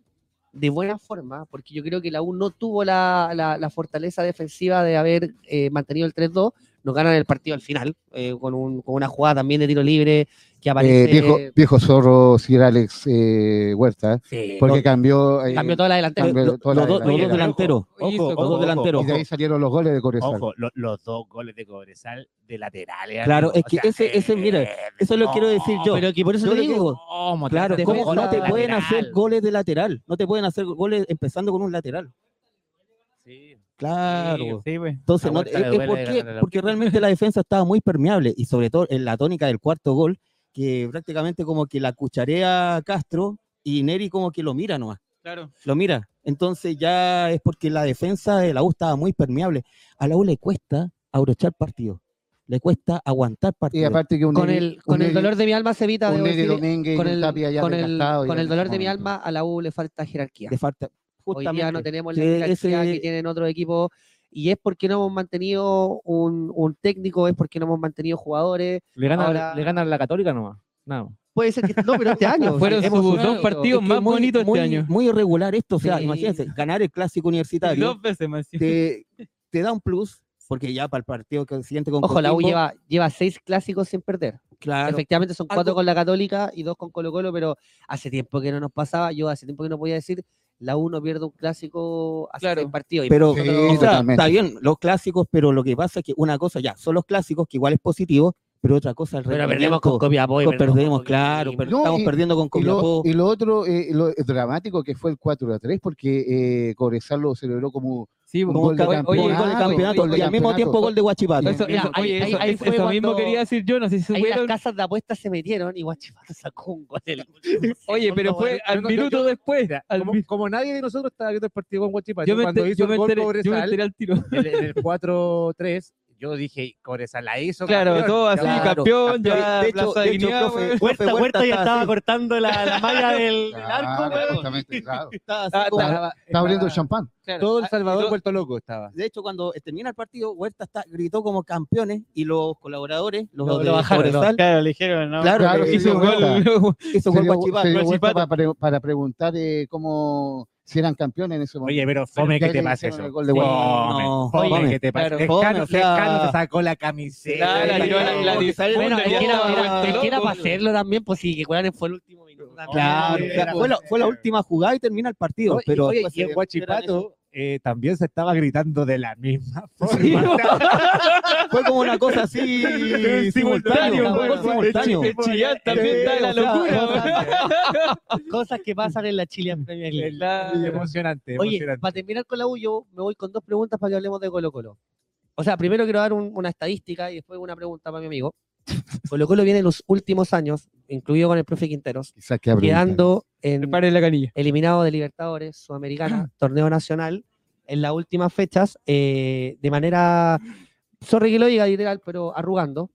S1: de buena forma, porque yo creo que la U no tuvo la, la- la fortaleza defensiva de haber eh, mantenido el 3-2, nos ganan el partido al final, eh, con, un- con una jugada también de tiro libre que aparece...
S3: Eh, viejo, viejo zorro, Sir Alex eh, Huerta,
S1: Sí,
S3: porque cambió... eh,
S1: cambió toda la delantera.
S3: cambió
S4: Lo-
S3: toda
S4: los
S3: la
S4: dos- los
S3: delantera.
S4: dos delanteros.
S5: Ojo,
S4: Los
S5: ojo,
S4: dos delanteros.
S3: y de ahí salieron los goles de Cobresal.
S7: Ojo, lo- los dos goles de Cobresal de laterales.
S4: Claro,
S7: amigo.
S4: es que ese- ese, mira, eso lo quiero decir yo.
S1: Pero que por eso
S4: Yo
S1: te
S4: lo que-
S1: digo,
S7: ¿cómo te
S4: Claro,
S7: hacen
S1: ¿cómo
S4: ¿cómo
S7: goles
S4: no te
S7: de
S4: pueden
S7: lateral?
S4: hacer goles de lateral? No te pueden hacer goles empezando con un lateral.
S7: Sí.
S4: Claro.
S5: Sí, güey.
S4: Entonces,
S7: La
S4: no,
S7: vuelta
S4: es-
S7: le
S4: es
S7: duele
S4: porque-
S7: ganarle la-
S4: porque realmente la defensa estaba muy permeable y sobre todo en la tónica del cuarto gol, que prácticamente como que la cucharea Castro y Neri como que lo mira nomás.
S5: Claro.
S4: lo mira. Entonces ya es porque la defensa de la U estaba muy permeable. A la U le cuesta abrochar partido. le cuesta aguantar
S3: Y
S4: partidos.
S3: aparte que un
S1: Con
S3: Neri-
S1: el,
S3: un
S1: con el
S3: Neri-
S1: dolor de mi alma se evita
S3: un
S1: debo
S3: Neri
S1: decir,
S3: Domínguez y
S1: con
S3: un
S1: el,
S3: Tapia ya
S1: con el-
S3: desgastado, ya
S1: con el
S3: en
S1: dolor
S3: este
S1: de mi
S3: momento.
S1: alma a la U le falta jerarquía.
S4: le falta
S1: Hoy
S4: justamente
S1: día no tenemos la
S4: que
S1: jerarquía
S4: ese-
S1: que tienen otros equipos y es porque no hemos mantenido un, un técnico, es porque no hemos mantenido jugadores.
S7: Le ganan,
S1: Ahora-
S7: le ganan a la Católica nomás. Nada más.
S1: Puede ser que no, pero este año.
S5: Fueron
S1: sí, hemos
S5: sus dos
S1: sumado.
S5: partidos
S4: que
S5: más
S4: muy-
S5: bonitos
S4: muy-
S5: este año.
S4: Muy irregular esto, o sea,
S1: Sí.
S4: imagínense, ganar el clásico universitario
S5: Dos veces más.
S4: te, te da un plus, porque ya para el partido que- siguiente con
S1: Ojo, la U
S4: Coquimbo,
S1: lleva, lleva seis clásicos sin perder.
S4: claro,
S1: Efectivamente son cuatro
S4: Algo-
S1: con la Católica y dos con Colo Colo, pero hace tiempo que no nos pasaba, yo hace tiempo que no podía decir, la U no pierde un clásico hace
S5: Claro.
S1: seis partidos. Y
S4: pero
S3: Sí,
S4: o sea,
S3: totalmente.
S4: está bien los clásicos, pero lo que pasa es que una cosa ya, son los clásicos, que igual es positivo, pero otra cosa es el
S1: Pero perdemos con
S4: rendimiento.
S1: Copiapó. y
S4: Con- perdemos,
S1: con
S4: claro,
S1: Coquimbo.
S4: pero
S3: No,
S4: estamos
S3: y-
S4: perdiendo con
S3: Y lo,
S4: Copiapó.
S3: y lo otro, eh, lo dramático que fue el 4 a 3, porque eh, Cobresal lo celebró como.
S5: Sí,
S3: un
S5: po.
S3: gol de
S5: Oye,
S3: campeonato,
S5: oye,
S4: gol de
S3: oye,
S4: campeonato,
S3: gol de
S4: y al mismo
S3: campeonato.
S4: tiempo gol de Guachipato.
S5: Eso,
S1: Mira,
S5: eso-
S1: ahí-
S5: oye,
S1: ahí-
S5: eso-
S1: ahí fue
S5: eso mismo
S1: cuando-
S5: quería decir yo, no sé si
S1: Ahí las
S5: supieron.
S1: casas de apuestas se metieron y Guachipato sacó un gol. del-
S5: Oye, pero fue al
S7: Yo no- yo-
S5: minuto
S7: yo-
S5: después.
S7: Mira,
S5: al
S7: como,
S5: mi-
S7: como nadie de nosotros estaba viendo el partido con Guachipato,
S5: Yo me
S7: cuando
S5: enter-
S7: hizo
S5: yo
S7: el
S5: me
S7: gol
S5: enteré yo me
S7: Cobresal,
S5: enteré al tiro.
S7: en, en el 4-3, yo dije, Cobresal la hizo.
S5: Claro,
S7: campeón,
S5: todo así,
S7: ya-
S4: claro,
S5: campeón, ya
S4: de hecho-
S5: plaza de
S4: de hecho,
S5: dignidad,
S4: profe,
S5: weón.
S4: profe, Huerta está así. Ah.
S1: cortando la, la malla del,
S3: Claro, exactamente, claro.
S4: Está así
S5: Ah,
S4: como-
S7: estaba-
S3: Está abriendo el
S7: estaba-
S3: champán.
S7: Todo El Salvador
S5: todo-
S7: vuelto loco estaba.
S4: De hecho, cuando termina el partido, Huerta está, gritó como campeones y los colaboradores, los
S5: Lo-
S4: de
S5: lo bajaron,
S4: Cobresal,
S5: claro, le dijeron, no.
S4: Claro,
S3: Claro, sí,
S5: hizo un gol.
S3: Huerta.
S4: hizo
S3: Se
S4: gol
S3: dio,
S4: Guachipato.
S3: se dio vuelta
S5: Guachipato.
S3: para, pre- para preguntar eh, cómo, si eran campeones en ese momento.
S7: Oye, pero fome que
S3: Ya
S7: te
S3: le
S7: pasa
S3: hicieron el
S7: eso.
S3: gol de Guachipato.
S7: Fome,
S4: No,
S7: fome
S4: fome,
S7: que te pasa.
S4: claro,
S7: Es
S4: fome,
S7: Cano-
S4: o sea-
S7: es Cano se sacó la camiseta.
S5: Claro,
S7: y
S5: la tiró a la-
S7: todo.
S5: la-
S1: Bueno,
S5: Bueno,
S1: el que era-
S5: ya,
S1: era- el
S5: vuelto
S1: que era
S5: loco,
S1: para hacerlo también, pues sí, que Guaranes fue el último minuto. también.
S4: Claro, o sea,
S7: Era-
S4: fue, la, fue la última jugada y termina el partido.
S7: Oye,
S4: pero
S7: oye,
S4: después
S7: y
S4: se-
S7: en Guachipato eh, también se estaba gritando de la misma
S4: Sí,
S7: forma.
S4: fue como una cosa así simultánea.
S5: simultáneo,
S4: una
S5: weón.
S4: cosa simultáneo.
S5: El chillar también
S4: Sí,
S5: da
S4: o
S5: la
S4: sea,
S5: locura,
S4: o sea,
S5: weón.
S1: Cosas que pasan en la Chilean Premier League.
S5: Claro.
S7: Emocionante,
S1: Oye,
S7: emocionante.
S1: para terminar con la U, yo me voy con dos preguntas para que hablemos de Colo Colo. O sea, primero quiero dar un- una estadística y después una pregunta para mi amigo. Colo Colo viene en los últimos años, incluido con el profe Quinteros,
S3: Quizás que abre un
S1: quedando en
S5: Prepare la canilla.
S1: eliminado de Libertadores, Sudamericana, Torneo Nacional, en las últimas fechas, eh, de manera, sorry que lo diga literal, pero arrugando,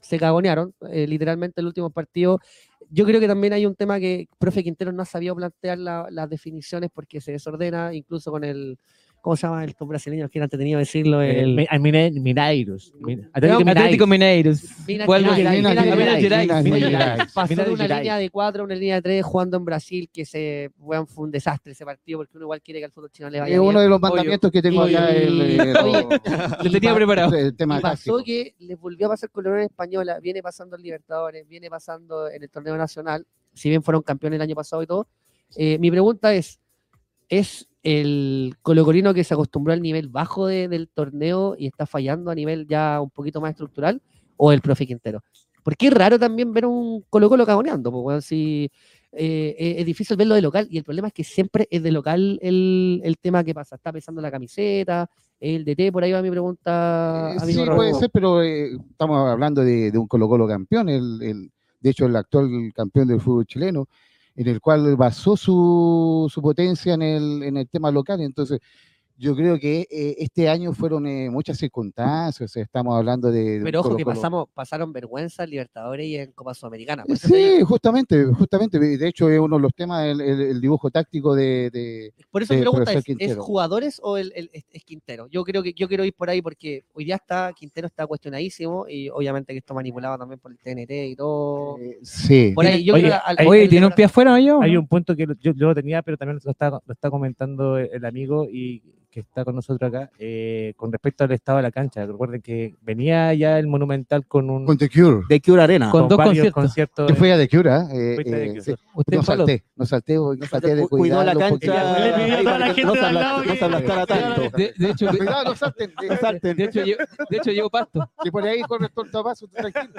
S1: se cagonearon eh, literalmente el último partido. Yo creo que también hay un tema que profe Quintero no ha sabido plantear la- las definiciones porque se desordena, incluso con el, ¿cómo se llama el brasileño? Que era entretenido decirlo,
S7: Eh,
S1: el...
S7: Mi- a Mine- Mineiros. Min- Atlético
S5: Atlético Mineiros.
S1: Minas
S5: Fue algo que-
S1: Gerais,
S3: Minas
S5: Minas
S3: Gerais,
S5: Gerais.
S3: Minas
S5: Minas
S3: Gerais.
S5: Gerais.
S1: pasó
S7: Minas
S1: de una
S7: Gerais.
S1: línea de cuatro a una línea de tres jugando en Brasil, que se, weón, fue un desastre ese partido porque uno igual quiere que al fútbol chino le vaya
S3: Es
S1: bien.
S3: Eh, uno de los mandamientos que tengo
S1: Oye.
S3: allá. El, eh,
S1: Oye.
S5: Lo tenía
S1: pa-
S5: preparado.
S3: el tema
S1: Y pasó
S3: táctico.
S1: que les volvió a pasar con la Unión Española, viene pasando en Libertadores, viene pasando en el torneo nacional, si bien fueron campeones el año pasado y todo. Eh, mi pregunta es, ¿es el colocolino que se acostumbró al nivel bajo de- del torneo y está fallando a nivel ya un poquito más estructural o el profe Quintero? Porque es raro también ver un Colo Colo cagoneando, porque si, eh, eh, es difícil verlo de local y el problema es que siempre es de local el, el tema que pasa, está pesando la camiseta, el DT, por ahí va mi pregunta.
S3: Eh,
S1: amigo
S3: sí,
S1: Rodrigo.
S3: puede ser, pero eh, estamos hablando de, de un Colo Colo campeón, el, el- de hecho el actual campeón del fútbol chileno, en el cual basó su, su potencia en el, en el tema local. Entonces, yo creo que eh, este año fueron eh, muchas circunstancias, o sea, estamos hablando de... de un
S1: Pero ojo que
S3: Colo-Colo-
S1: pasamos, pasaron vergüenza en Libertadores y en Copa Sudamericana. por eso te
S3: Sí,
S1: digo.
S3: justamente, justamente. De hecho, es uno de los temas, el, el- el dibujo táctico de, de-
S1: Por eso
S3: sí,
S1: mi pregunta
S3: profesor
S1: es, ¿es
S3: Quintero.
S1: jugadores o el, el- es, es Quintero? Yo creo que yo quiero ir por ahí porque hoy día está Quintero está cuestionadísimo y obviamente que esto manipulado también por el TNT y todo.
S3: eh, sí.
S1: Por ahí, yo
S7: Oye,
S1: creo que al-
S7: hay-
S1: al-
S5: Oye,
S1: al-
S5: ¿tiene un pie afuera, yo?
S7: Hay un punto que lo- yo, yo lo tenía, pero también lo está, lo está comentando el amigo y que está con nosotros acá, eh, con respecto al estado de la cancha. Recuerden que venía ya el Monumental con un
S3: Con The Cure.
S4: De Cure Arena.
S5: Con dos
S7: varios
S5: conciertos.
S3: Yo
S7: conciertos.
S3: fui a The Cure, ¿ah? Eh,
S7: Fuiste de
S3: eh,
S7: que-
S3: sí.
S5: Usted
S3: No
S5: fue lo-
S3: salté, no salté, no salté de
S4: Cuidó la
S3: cuidarlo un
S4: cancha.
S3: poquito.
S8: Le pidió a toda la gente
S4: Ahí para que
S8: de al
S4: no se
S8: lado
S4: abla- no
S8: que-
S4: se aplastara tanto.
S5: De, de hecho, de,
S3: Cuidado, no salten. de-
S4: Salten.
S5: de hecho, yo, de hecho, llevo pasto.
S3: Que por ahí corre todo el tapazo, tú tranquilo.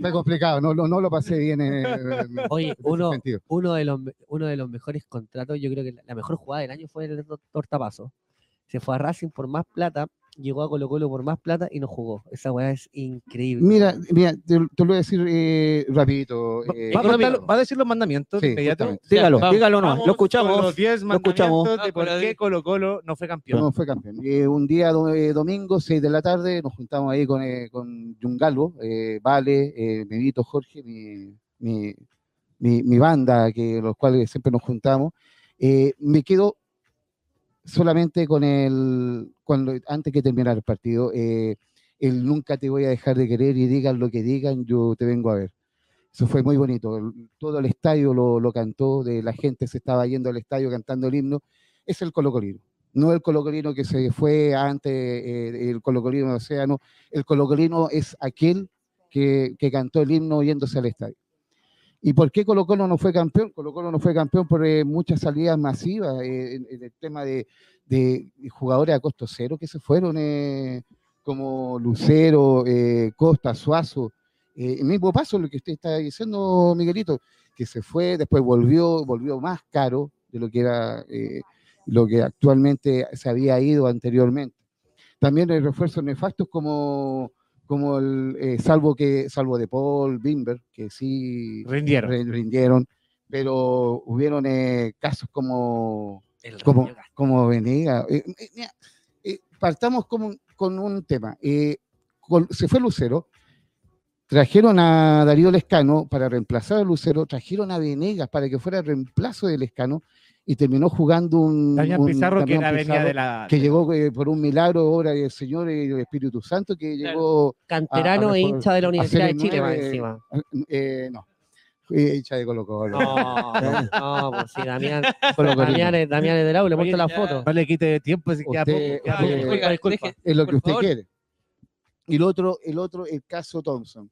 S3: Fue complicado, no, no, no lo pasé bien en, en- en ese
S1: Oye, uno,
S3: sentido.
S1: uno, de los, me- uno de los mejores contratos, yo creo que la- la mejor jugada del año fue el de Tor- Tortapazo. Se fue a Racing por más plata, llegó a Colo Colo por más plata y no jugó. Esa weá es increíble.
S3: Mira, mira, te, te lo voy a decir eh, rapidito. eh,
S7: ¿Va a, contar- va a decir los mandamientos
S3: Sí,
S7: de inmediato?
S3: justamente.
S4: Dígalo,
S7: vamos,
S4: dígalo no.
S7: Vamos
S4: Lo
S7: con
S4: escuchamos.
S7: Los 10
S4: lo escuchamos.
S7: mandamientos de
S5: Ah, por
S7: por
S5: ahí.
S7: qué Colo Colo no fue campeón.
S3: No fue campeón. Eh, un día do- eh, domingo, 6 de la tarde, nos juntamos ahí con, eh, con Yungalo, eh, Vale, eh, Benito, Jorge, mi, mi, mi- mi banda, que, los cuales siempre nos juntamos. Eh, me quedo solamente con el, cuando, antes que terminar el partido, eh, el nunca te voy a dejar de querer y digan lo que digan, yo te vengo a ver. Eso fue muy bonito. el- Todo el estadio lo, lo cantó, de la gente se estaba yendo al estadio cantando el himno. Es el colocolino no el colocolino que se fue antes, eh, el colocolino de Océano, el colocolino es aquel que, que cantó el himno yéndose al estadio. ¿Y por qué Colo Colo no fue campeón? Colo Colo no fue campeón por eh, muchas salidas masivas, eh, en, en el tema de, de jugadores a costo cero que se fueron, eh, como Lucero, eh, Costa, Suazo. Eh, el mismo paso lo que usted está diciendo, Miguelito, que se fue, después volvió, volvió más caro de lo que era eh, lo que actualmente se había ido anteriormente. También hay refuerzos nefastos como, como el eh, salvo que salvo de Paul Bimber, que sí
S7: Rindieron.
S3: re- rindieron, pero hubieron eh, casos como
S1: El
S3: como,
S1: Rayo Gas.
S3: como Venega. Eh, eh, mira, eh, partamos con, un- con un tema. Eh, col- se fue Lucero, trajeron a Darío Lescano para reemplazar a Lucero, trajeron a Venegas para que fuera reemplazo de Lescano y terminó jugando un.
S7: Damián
S3: un-
S7: Pizarro, que
S3: Damián
S7: era venía
S3: Pizarro,
S7: de la.
S3: que llegó eh, por un milagro, obra del Señor y del Espíritu Santo, que
S5: Claro.
S3: llegó.
S1: Canterano
S3: a- a
S1: e
S3: recor-
S1: hincha de la Universidad
S3: hacer
S1: de
S3: el
S1: Chile, más
S3: nueve-
S1: encima.
S3: eh, no, eh, hincha de Colo Colo.
S1: No, no, pues sí, Damián.
S3: Colo Colo.
S1: Damián es, Damián es del aula, le
S5: Oye,
S1: muestro la
S5: ya-
S1: foto.
S7: No le quite tiempo, si queda
S3: Usted-
S7: poco.
S5: Ya,
S3: usted-
S5: oiga,
S1: Oiga, disculpa.
S5: deje-
S3: es lo
S5: por
S3: que usted
S5: favor.
S3: quiere. Y el otro, el otro, el caso Thompson.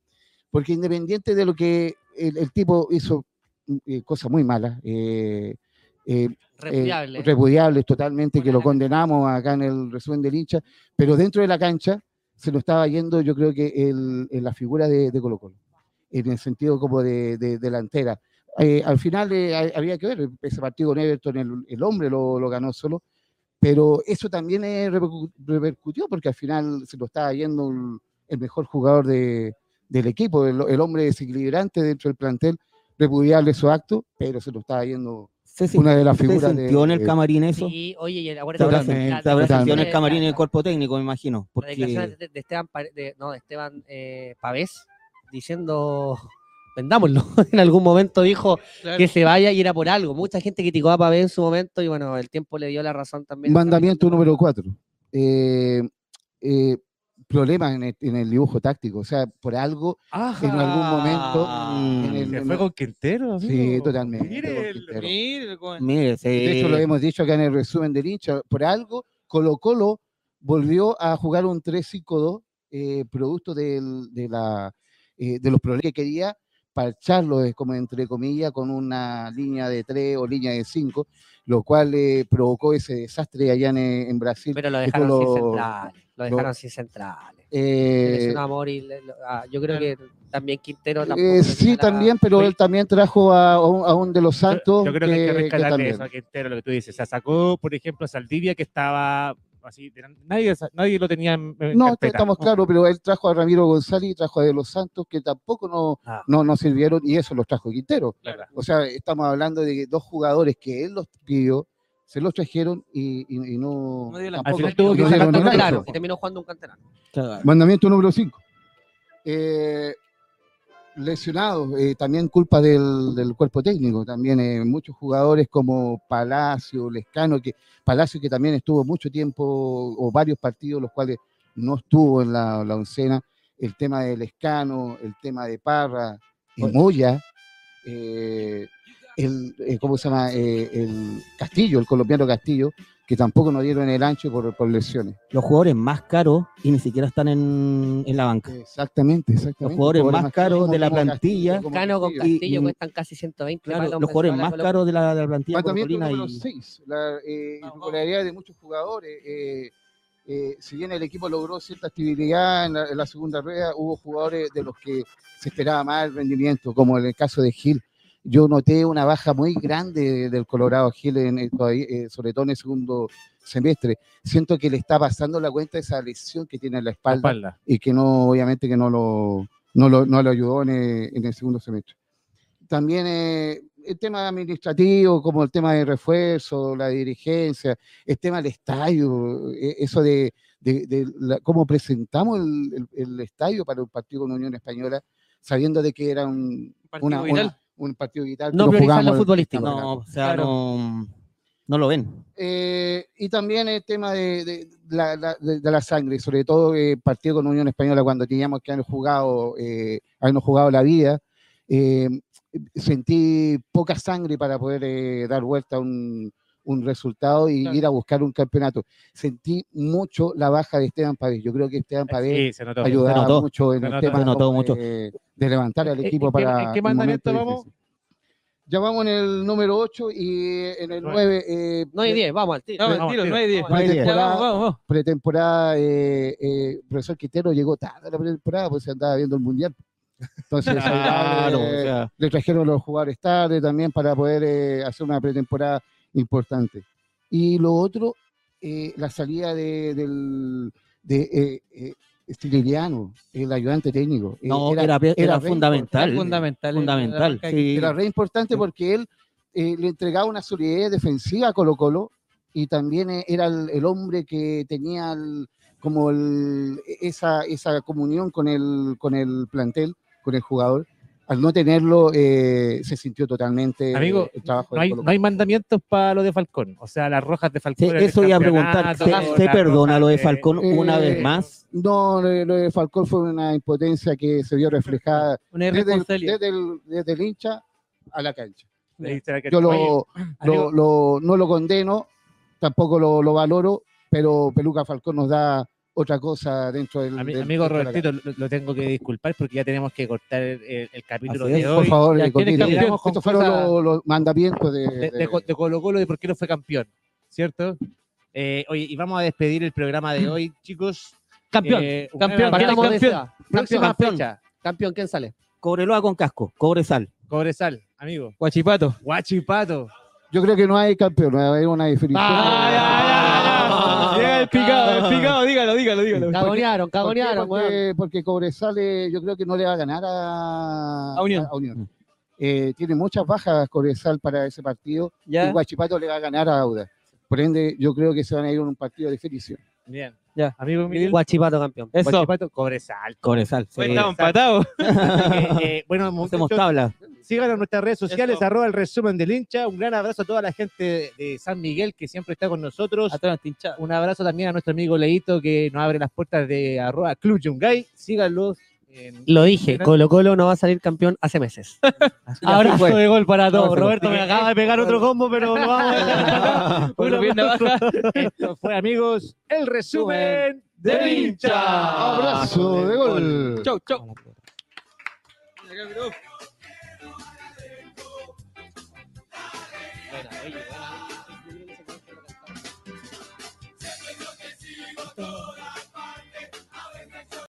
S3: Porque independiente de lo que el, el tipo hizo, eh, cosas muy malas, eh, eh, eh,
S1: Repudiable.
S3: repudiables totalmente, que
S1: Buena
S3: lo
S1: la-
S3: condenamos acá en el resumen del hincha, pero dentro de la cancha se nos estaba yendo, yo creo que el, en la figura de, de Colo Colo, en el sentido como de, de delantera. Eh, al final eh, ha- había que ver, ese partido con Everton, el, el hombre lo, lo ganó solo, pero eso también eh, repercu- repercutió porque al final se lo estaba yendo el, el mejor jugador de- del equipo, el, el hombre desequilibrante dentro del plantel, repudiable su acto, pero se lo estaba yendo
S4: ¿Se, sin-
S3: una de las
S4: se
S3: figuras
S4: sintió
S3: de, eh,
S4: en el camarín eso?
S1: Sí, oye, y el- ahora
S4: Se habrá
S1: la- la-
S4: sen- se habrá sentido en el
S1: la-
S4: camarín el
S1: la-
S4: cuerpo técnico, me imagino.
S1: Las
S4: Porque
S1: declaraciones de, de Esteban, Pare- de- no, de Esteban eh, Pavés diciendo vendámoslo. en algún momento dijo
S5: Claro.
S1: que se vaya y era por algo. Mucha gente criticó a Pavés en su momento y bueno, el tiempo le dio la razón también.
S3: Mandamiento número cuatro. Eh, eh, problemas en el, en el dibujo táctico. O sea, por algo en algún momento. en el-
S7: Ah. Se
S3: en
S7: fue
S3: el-
S7: con Quintero.
S3: Sí,
S7: amigo.
S3: totalmente, con
S7: Mire, el-
S3: Quintero.
S5: Mira, cómo-
S4: Mire, se-
S3: de hecho, lo hemos dicho acá en el resumen del hincha. Por algo, Colo Colo volvió a jugar un 3-5-2, eh, producto del- de, la, eh, de los problemas que quería parcharlo, es como entre comillas, con una línea de 3 o línea de 5, lo cual eh, provocó ese desastre allá en, en Brasil.
S1: Pero lo
S3: que
S1: dejaron
S3: tú
S1: sin
S3: lo-
S1: centrales. Lo dejaron sin centrales. Eres
S3: eh,
S1: un amor y le- lo- ah, yo creo que también Quintero tampoco
S3: Eh,
S1: tenía
S3: sí,
S1: la-
S3: también, pero él también trajo a, a un, a un de los santos.
S7: Yo creo que, hay que rescatarle
S3: también.
S7: eso a Quintero, lo que tú dices. O sea, sacó, por ejemplo, a Saldivia, que estaba así. de la- Nadie, nadie lo tenía en, en
S3: No,
S7: carpeta.
S3: estamos claros, pero él trajo a Ramiro González y trajo a De los Santos, que tampoco no,
S1: Ah.
S3: no, no sirvieron, y eso los trajo Quintero.
S7: Claro.
S3: O sea, estamos hablando de que dos jugadores que él los pidió, se los trajeron y, y- y no.
S5: No dio la-
S7: Al
S3: tampoco
S7: final tuvo que
S3: no
S7: sacar
S3: dieron
S1: Un
S3: nada.
S1: canterano, y terminó jugando un canterano.
S4: claro,
S3: Mandamiento número 5. Eh, lesionados, eh, también culpa del, del cuerpo técnico, también eh, muchos jugadores como Palacio, Lescano, que Palacio que también estuvo mucho tiempo o varios partidos los cuales no estuvo en la, la oncena, el tema de Lescano, el tema de Parra, y Moya, eh, el, eh, ¿cómo se llama? Eh, el Castillo, el colombiano Castillo, que tampoco nos dieron el ancho por, por lesiones.
S4: los jugadores más caros y ni siquiera están en, en la banca.
S3: Exactamente, exactamente.
S4: Los jugadores más caros de la plantilla.
S3: como
S1: Cano con
S3: Castillo.
S4: Y-
S1: Castillo
S4: y-
S1: cuestan casi 120
S4: Claro,
S1: palos
S4: los
S1: mensuales
S4: jugadores
S1: a
S4: más
S1: Colo-
S4: caros de la, de la plantilla
S3: Mandamiento
S4: colocolina
S3: número
S4: y-
S3: 6, la eh,
S5: Vamos,
S3: irregularidad de muchos jugadores. eh, eh, si bien el equipo logró cierta estabilidad en la, en la segunda rueda, hubo jugadores de los que se esperaba más el rendimiento, como en el caso de Gil. yo noté una baja muy grande del Colorado Gil, en, en- todavía, eh, sobre todo en el segundo semestre. Siento que le está pasando la cuenta esa lesión que tiene en la
S2: La
S3: espalda
S2: espalda.
S3: y que no, obviamente que no lo, no lo, no lo ayudó en el, en el segundo semestre. También eh, el tema administrativo, como el tema de refuerzo, la dirigencia, el tema del estadio, eh, eso de, de- de la- cómo presentamos el, el- el estadio para un partido con Unión Española, sabiendo de que era un,
S5: Partido
S3: una- una-
S5: vital.
S3: un partido vital. que
S1: No priorizar lo
S3: jugamos-
S1: futbolístico.
S3: no,
S4: No, o sea,
S5: Claro.
S4: no, no lo ven.
S3: eh, y también el tema de, de- la, la- de- de la sangre, sobre todo eh, partido con Unión Española cuando teníamos que haber jugado, eh, habernos jugado la vida. eh, sentí poca sangre para poder eh, dar vuelta a un, un resultado y
S5: Claro.
S3: ir a buscar un campeonato. Sentí mucho la baja de Esteban Pavés. Yo creo que Esteban Pavés
S2: Sí, se notó.
S3: ayudaba
S4: notó,
S3: mucho en
S2: se
S3: el
S2: notó,
S3: tema
S4: se notó
S3: como
S4: mucho.
S3: de, de levantar al
S7: Eh,
S2: Eh, ¿En- en
S3: equipo
S2: qué-
S3: para.
S2: en qué
S3: un
S2: mandamiento
S3: momento
S2: vamos?
S3: difícil. Ya vamos en el número 8 y en el eh,
S2: Nueve.
S3: 9
S1: No hay 10, vamos al tiro.
S5: No,
S2: Vamos,
S5: el tiro,
S2: tiro.
S5: 9 10.
S3: Vamos, tiro.
S5: Ya, vamos, vamos, vamos.
S3: pretemporada, eh, eh, profesor Quintero llegó tarde a la pretemporada, pues se andaba viendo el mundial. Entonces,
S4: Claro,
S3: eh,
S4: o sea,
S3: le trajeron los jugadores tarde también para poder eh, hacer una pretemporada importante. Y lo otro, eh, la salida de, del de, eh, eh, Siciliano, el ayudante técnico. Eh,
S4: no, era, era,
S3: re
S4: fundamental.
S3: importante.
S5: Fundamental.
S4: Fundamental,
S5: la marca
S4: sí.
S5: que-
S3: Era re importante porque él eh, le entregaba una solidez defensiva a Colo Colo y también eh, era el, el hombre que tenía el- como el- esa, esa comunión con el, con el plantel, con el jugador. Al no tenerlo, eh, se sintió totalmente
S2: Amigo,
S3: eh, el trabajo
S2: No
S3: de
S2: hay,
S3: Colo
S2: no hay mandamientos para lo de Falcón. O sea, las rojas de
S4: Sí,
S2: Falcón. en el
S4: eso iba a preguntar.
S2: campeonato,
S4: ¿Se,
S2: las
S4: se perdona
S2: rojas
S4: lo de Falcón una vez
S3: eh,
S4: más?
S3: No, lo de- lo de Falcón fue una impotencia que se vio reflejada
S5: Una
S3: desde el,
S5: irresponsabilidad.
S3: desde el- desde el hincha a la cancha.
S2: Ahí está que-
S3: Yo
S2: Oye,
S3: lo,
S2: amigo,
S3: lo, lo- no lo condeno, tampoco lo, lo valoro, pero Peluca Falcón nos da otra cosa dentro del.
S2: ami-
S3: del-
S2: amigo
S3: dentro de la
S2: Robertito, lo, lo tengo que disculpar porque ya tenemos que cortar el, el capítulo
S4: Así
S2: de
S4: es,
S3: cancha.
S2: hoy.
S3: Por favor,
S2: Ya,
S3: eh,
S2: ¿quién es
S3: Cornelio,
S2: campeón? Con
S3: estos fueron
S2: cosas-
S3: los, los mandamientos de.
S2: de,
S3: de-
S2: de Co- de Colo Colo y por qué no fue campeón, ¿cierto? Eh, oye, y vamos a despedir el programa de hoy, chicos.
S1: Campeón,
S2: Eh, un
S5: campeón,
S2: gran abrazo.
S1: partamos de
S5: campeón.
S1: esa.
S2: Próxima
S1: campeón.
S2: fecha,
S1: Campeón, ¿quién sale?
S4: Cobreloa con casco, cobresal.
S2: Cobresal, amigo.
S5: Guachipato.
S2: Guachipato.
S3: Yo creo que no hay campeón, no hay una definición.
S5: Ah, ya, Ah. ya, ya. Llega el picado, el picado, dígalo, dígalo, dígalo.
S1: Cagonearon,
S3: ¿Por qué?
S1: cagonearon, weón.
S3: Porque, porque Cobresales yo creo que no le va a ganar a,
S5: A Unión.
S3: Eh, tiene muchas bajas Cobresal para ese partido y
S5: Ya,
S3: Guachipato le va a ganar a Auda. Por ende, yo creo que se van a ir a un partido de definición.
S2: Bien.
S5: Ya.
S2: Amigo Miguel.
S1: Guachipato campeón.
S5: eso.
S2: Guachipato, Cobresal.
S4: Cobresal. sí.
S5: Estamos empatados.
S2: Así que, eh, bueno,
S4: Hacemos
S2: muchachos,
S4: tabla.
S2: síganos en nuestras redes sociales,
S5: Eso.
S2: arroba el resumen del hincha. Un gran abrazo a toda la gente de, de San Miguel que siempre está con nosotros.
S5: Atrás, hinchada.
S2: Un abrazo también a nuestro amigo Leito que nos abre las puertas de arroba Club Yungay. Síganlos en
S1: Lo dije, Colo Colo no va a salir campeón hace meses.
S5: Abrazo
S1: fue.
S5: de gol para todos.
S1: Abrazo.
S5: Roberto me acaba de pegar otro combo, pero lo vamos a dejar. Una pierna baja.
S2: Esto fue, amigos, el resumen
S5: del
S2: del
S5: hincha.
S2: hincha.
S3: Abrazo de gol.
S5: Chau, chau.